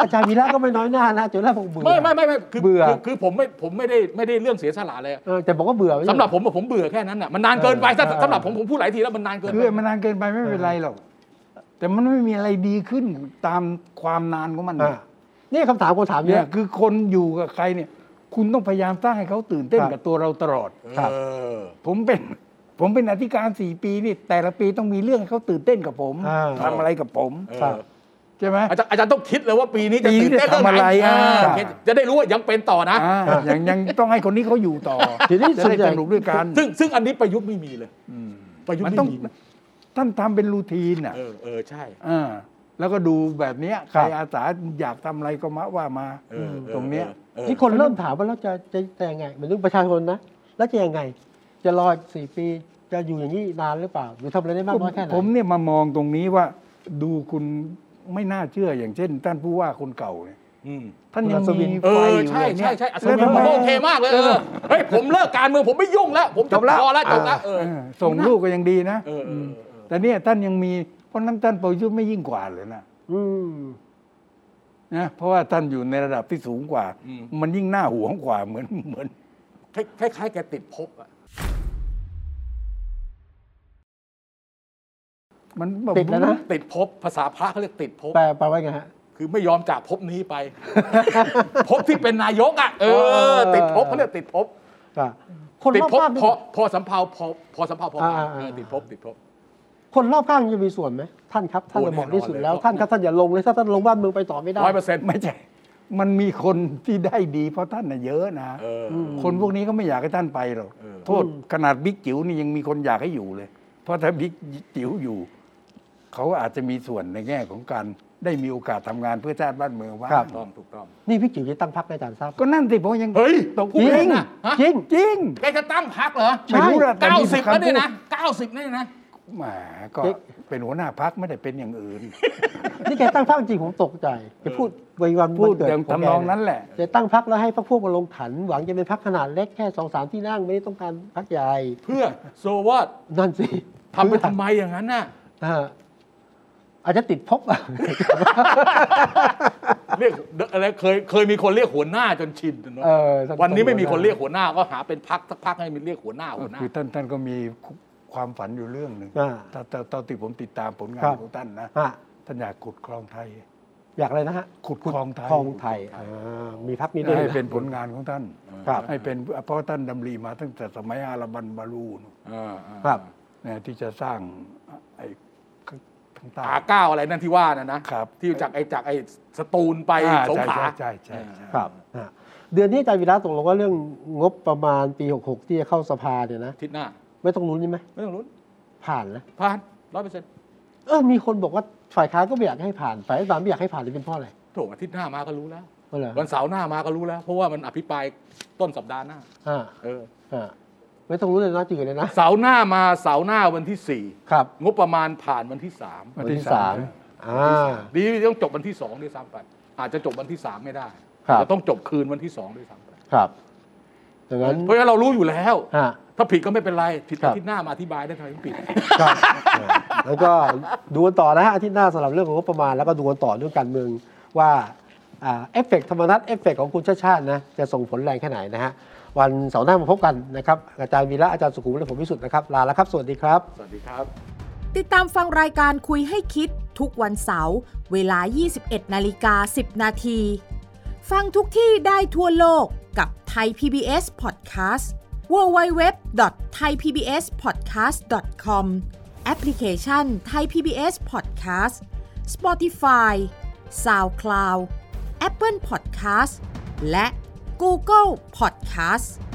S1: อาจารย์วีระก็ไม่น้อยหน้านะจุฬาผมเบื่อ
S2: ไม่ไม่ไม่ไม่คือ
S1: เบื่อ
S2: คือคือผมไม่ผมไม่ได้ไม่ได้เรื่องเสียสละเลย
S1: เออแต่บอกว่าเบื่อไใช่
S2: สำหรับผมอะผมเบื่อแค่นั้นอ่ะมันนานเกินไป
S1: เออเออ
S2: สำหรับผมผมพูดหลายทีแล้วมันนานเกิน
S3: คือ
S2: ไป
S3: มันนานเกินไปไม่เป็นไรหรอก แต่มันไม่มีอะไรดีขึ้นตามความนานของมัน
S1: อ่ะนี่คำถามคนถามเย
S3: เนี่ย
S1: อะ
S3: คือคนอยู่กับใครเนี่ย คุณต้องพยายามสร้างให้เขาตื่นเต้น
S1: ครับ
S3: กับตัวเราตลอด
S1: ครับ
S2: เออ
S3: ผมเป็น *laughs* ผมเป็นอธิการสี่ปีนี่แต่ละปีต้องมีเรื่องให้เขาตื่นเต้นกับผม
S1: อ่า
S3: ทำอะไรกับผม
S2: เอ
S1: ครั
S2: อบ
S3: ใช่ไหม
S2: อาจารย์อาจารย์ต้องคิดเลยว่าปีนี้จะ
S3: ปีนี้
S2: ตื่นเต้นเรื่อง
S3: จะทำอะ
S2: ไหน
S3: ไร
S2: เอ
S3: อ่ะ
S2: อจะได้รู้ว่ายังเป็นต่อนะ
S3: อ่ายังยังต้องให้คนนี้เขาอยู่
S2: *laughs*
S3: ต่อ
S1: ทีนี้
S3: จะ
S1: ส่วน
S3: ได้
S1: ใหญ่
S3: สนุกด้วยกัน
S2: ซึ่งซึ่งอันนี้ประยุทธ์ไม่มีเลย
S3: อืม
S2: ประยุทธ์
S3: มัน
S2: ไม่
S3: ต้อง
S2: มี
S3: ท่านทำเป็นรูทีนอ่ะ
S2: เออเออใช่
S3: อ่าแล้วก็ดูแบบเนี้ยใคร
S1: ครับ
S3: อาสาอยากทำอะไรก็มาว่ามา
S2: เออเออ
S3: ตรงเนี้ย
S2: เออ
S1: นี่คนเริ่มถามว่าแล้วจะจะจะยังไงเหมือนเรื่องประชาชนนะ แล้วจะยังไง จะรออีกสี่ปีจะอยู่อย่างนี้นานหรือเปล่า หรือทำอะไรได้มากน้อยแค่ไหน
S3: ผมเนี่ยมามองตรงนี้ว่าดูคุณไม่น่าเชื่ออย่างเช่น ท่านผู้ว่าคนเก่าเนี่ย
S2: อืม
S3: ท่านยัง
S1: คุณอัศวิ
S3: มี
S1: น
S2: เอ
S3: ไฟ
S2: อ
S3: อยู่
S2: ใช่
S3: เลยเนี่
S2: ใช่
S3: ย
S2: ใช่อัศ
S3: แล้ว
S2: วินผ
S3: ทำไม
S2: มโอเคมากเลยเออเฮ้ยผมเลิกการเมืองผมไม่ยุ่งแล้ว ผมจะ
S3: จบแล้ว
S2: พอแล้วจบแล้วเอ
S3: เอ
S2: อ
S3: อส่งลูกก็ยังดีนะ
S2: เออเออเออ
S3: แต่เนี่ยท่านยังมีเพราะนั้นท่านประยุทธ์ไม่ยิ่งกว่าเลยนะ
S1: อืม
S3: นะเพราะว่าท่านอยู่ในระดับที่สูงกว่า
S2: ม
S3: มันยิ่งน่าหวงกว่าเหมือนเหมือน
S2: คล้ายคล้ายๆแกติดภพอะ
S3: มัน
S1: ติดแล้วนะ
S2: ติดภพภาษาพระเขาเรียกติดภพ
S1: แปลแปลว่าไงฮะ
S2: คือไม่ยอมจากภพนี้
S3: *laughs*
S2: ไป ภพที่เป็นนายกอ่ะเอ
S1: เอ
S2: อ
S1: อ
S2: ติดภพเขาเรียกติดภพ
S1: อ่ะคน
S2: ติด
S1: รอบ
S2: ภพ
S1: ข้างนี่
S2: พอพอสำเภาพอพอสำเภาพอ
S1: อ่า
S2: ปาน
S1: อ่า
S2: เออติดภพติดภพ
S1: คนรอบข้างจะมีส่วนไหมท่านครับท่านจะบอกที่สุดแล้ว
S2: โอ้แน่นอนเลย
S1: ท่านครับท่านอย่าลงเลยถ้าท่านลงบ้านเมืองไปต่อไม่ได้
S2: ร้อยเปอร์เซ็นต์
S3: ไม่ใช่ มันมีคนที่ได้ดีเพราะท่านน่ะเยอะนะ
S2: เออ
S3: คนพวกนี้ก็ไม่อยากให้ท่านไปหรอก
S2: เออ
S3: โทษขนาดบิ๊กจิ๋วนี่ยังมีคนอยากให้อยู่เลย เพราะถ้าบิ๊กจิ๋วอยู่ เขาอาจจะมีส่วนในแง่ของการได้มีโอกาสทำงานเพื่อชาติบ้านเมืองว่าง
S2: ถูกต้องถูกต้อง
S1: นี่พี่จิ๋วจะตั้งพรรคในะอาจารย์ทราบ
S3: ก็นั่นสิผมยัง
S2: เฮ้ย
S3: ตก
S2: พูด
S3: จ
S2: เล่
S3: ริ
S2: น
S3: ง
S2: น่ะ ฮ
S1: จริง
S3: จริง
S2: แกจะตั้งพักเหรอ
S3: ไม่รู้ละแต่
S2: เก้า
S3: มี
S2: สิบ
S3: คำ
S2: แล้วด้วย
S3: พูด
S2: นะเก้าสิบแล้วด้วยนะ
S3: แหมก็เป็นหัวหน้าพักไม่ได้เป็นอย่างอื่น
S1: นี่แกตั้งพรรคจริงผมตกใจแกพูดไวยวัน
S3: พูด
S1: วันเกิ
S3: อย่าง
S1: ขแก
S3: ทำนองนั้นแหละ
S1: แกตั้งพรรคแล้วให้พรรคพวกมาลงขัน หวังจะเป็นพรรคขนาดเล็กแค่สองสามที่นั่งไม่ได้ต้องการพรรคใหญ่
S2: เพื่อโซว่า
S1: นั่นสิ
S2: ทำไปทำไมอย่างนั้นน่ะ
S1: อ่าอาจจะติดภพบ
S2: เรียกอะไรเคยเคยมีคนเรียกหัวหน้าจนชินเนอะ
S1: เออ
S2: วันนี้ไม่มีคนเรียกหัวหน้าก็หาเป็นพักสักพักให้มันเรียกหัวหน้าหัวหน้า
S3: คือท่านท่านก็มีความฝันอยู่เรื่องหนึ่ง
S1: อ่า
S3: ถ้าถ้าตอนที่ผมติดตามผลงา
S1: ครั
S3: น
S1: บ
S3: ของท่านนะ
S1: อ่ะ
S3: ท่านอยากขุดคลองไทย
S1: อยากอะไรนะฮะ
S3: ขุดคลองไทย
S1: คลองไทยอ่ามีพรรคนี้ด้วย
S3: ให้
S1: นะ
S3: เป็นผลงานของท่าน
S1: ครับ
S3: ให้เป็นเพราะท่านดำริมาตั้งแต่สมัยอาราบันบารูนู่น
S1: ครับ
S3: นะที่จะสร้างไอ้ทางใต้
S2: ป่าเก้าอะไรนั่นที่ว่านะนะ
S3: ครับ
S2: ที่จากไอ้จากไอ้สตูลไป
S3: อ่
S2: สงขลา
S3: ใช่ใช่ใช่
S1: ครับอ่ะเดือนนี้อาจารย์วีระตกลงว่าเรื่องงบประมาณปี 66 ที่จะเข้าสภาเนี่ยนะ
S2: ทิศหน้า
S1: ไม่ต้องลุ้นใช่ไหม
S2: ไม่ต้องลุ้น
S1: ผ่านนะ
S2: ผ่านร้อยเปอร์เซ็นต์
S1: เออมีคนบอกว่าฝ่ายค้านก็ไม่อยากให้ผ่านฝ่ายรัฐบาลไม่อยากให้ผ่านเลยเป็นเพราะอะไร
S2: ถูกอาทิตย์หน้ามาก็รู้แล้ว
S1: ก็เหรอ
S2: วันเสาร์หน้ามาก็รู้แล้ว เพราะว่ามันอภิปรายต้นสัปดาห์หน้า
S1: อ่า
S2: เออ
S1: อ่าไม่ต้องลุ้นเลยนะจืดเลยนะ
S2: เสาร์หน้ามาเสาร์หน้าวันที่สี่
S1: ครับ
S2: งบประมาณผ่านวันที่สาม
S3: วัน
S1: วัน
S3: ที่
S1: ที่
S3: สา
S1: สาม มอ่า
S2: ดีต้องจบวันที่สองด้วยซ้ำไปอาจจะจบวันที่สามไม่ได้
S1: ครับ
S2: จะต้องจบคืนวันที่สองด้วยซ้ำไป
S1: ครับดังนั้น
S2: เพราะฉะนั้นเรารู้อยู่แล้ว
S1: ฮะ
S2: ถ้าผิดก็ไม่เป็นไรผิด
S1: ครับ
S2: อาทิตย์หน้ามาอธิบายได้ทำไมถึงผิด
S1: ครับแล้วก็ดูกันต่อนะฮะอาทิตย์หน้าสำหรับเรื่องของงบประมาณแล้วก็ดูกันต่อเรื่องการเมืองว่าอ่าเอฟเฟกต์ธรรมนัตเอฟเฟกต์ของคุณชาติชาตินะจะส่งผลแรงแค่ไหนนะฮะวันเสาร์หน้ามาพบกันนะครับอาจารย์วีระอาจารย์สุขุมและผมพิสุทธิ์นะครับลาแล้วครับ สวัสดีครับ
S2: สวัสดีครับ
S6: ติดตามฟังรายการคุยให้คิดทุกวันเสาร์เวลา 21 นาฬิกา 10 นาที ฟังทุกที่ได้ทั่วโลกกับ ไทย PBS Podcast www.thaipbspodcast.com แอปพลิเคชัน Thai PBS Podcast Spotify SoundCloud Apple Podcast และ Google Podcast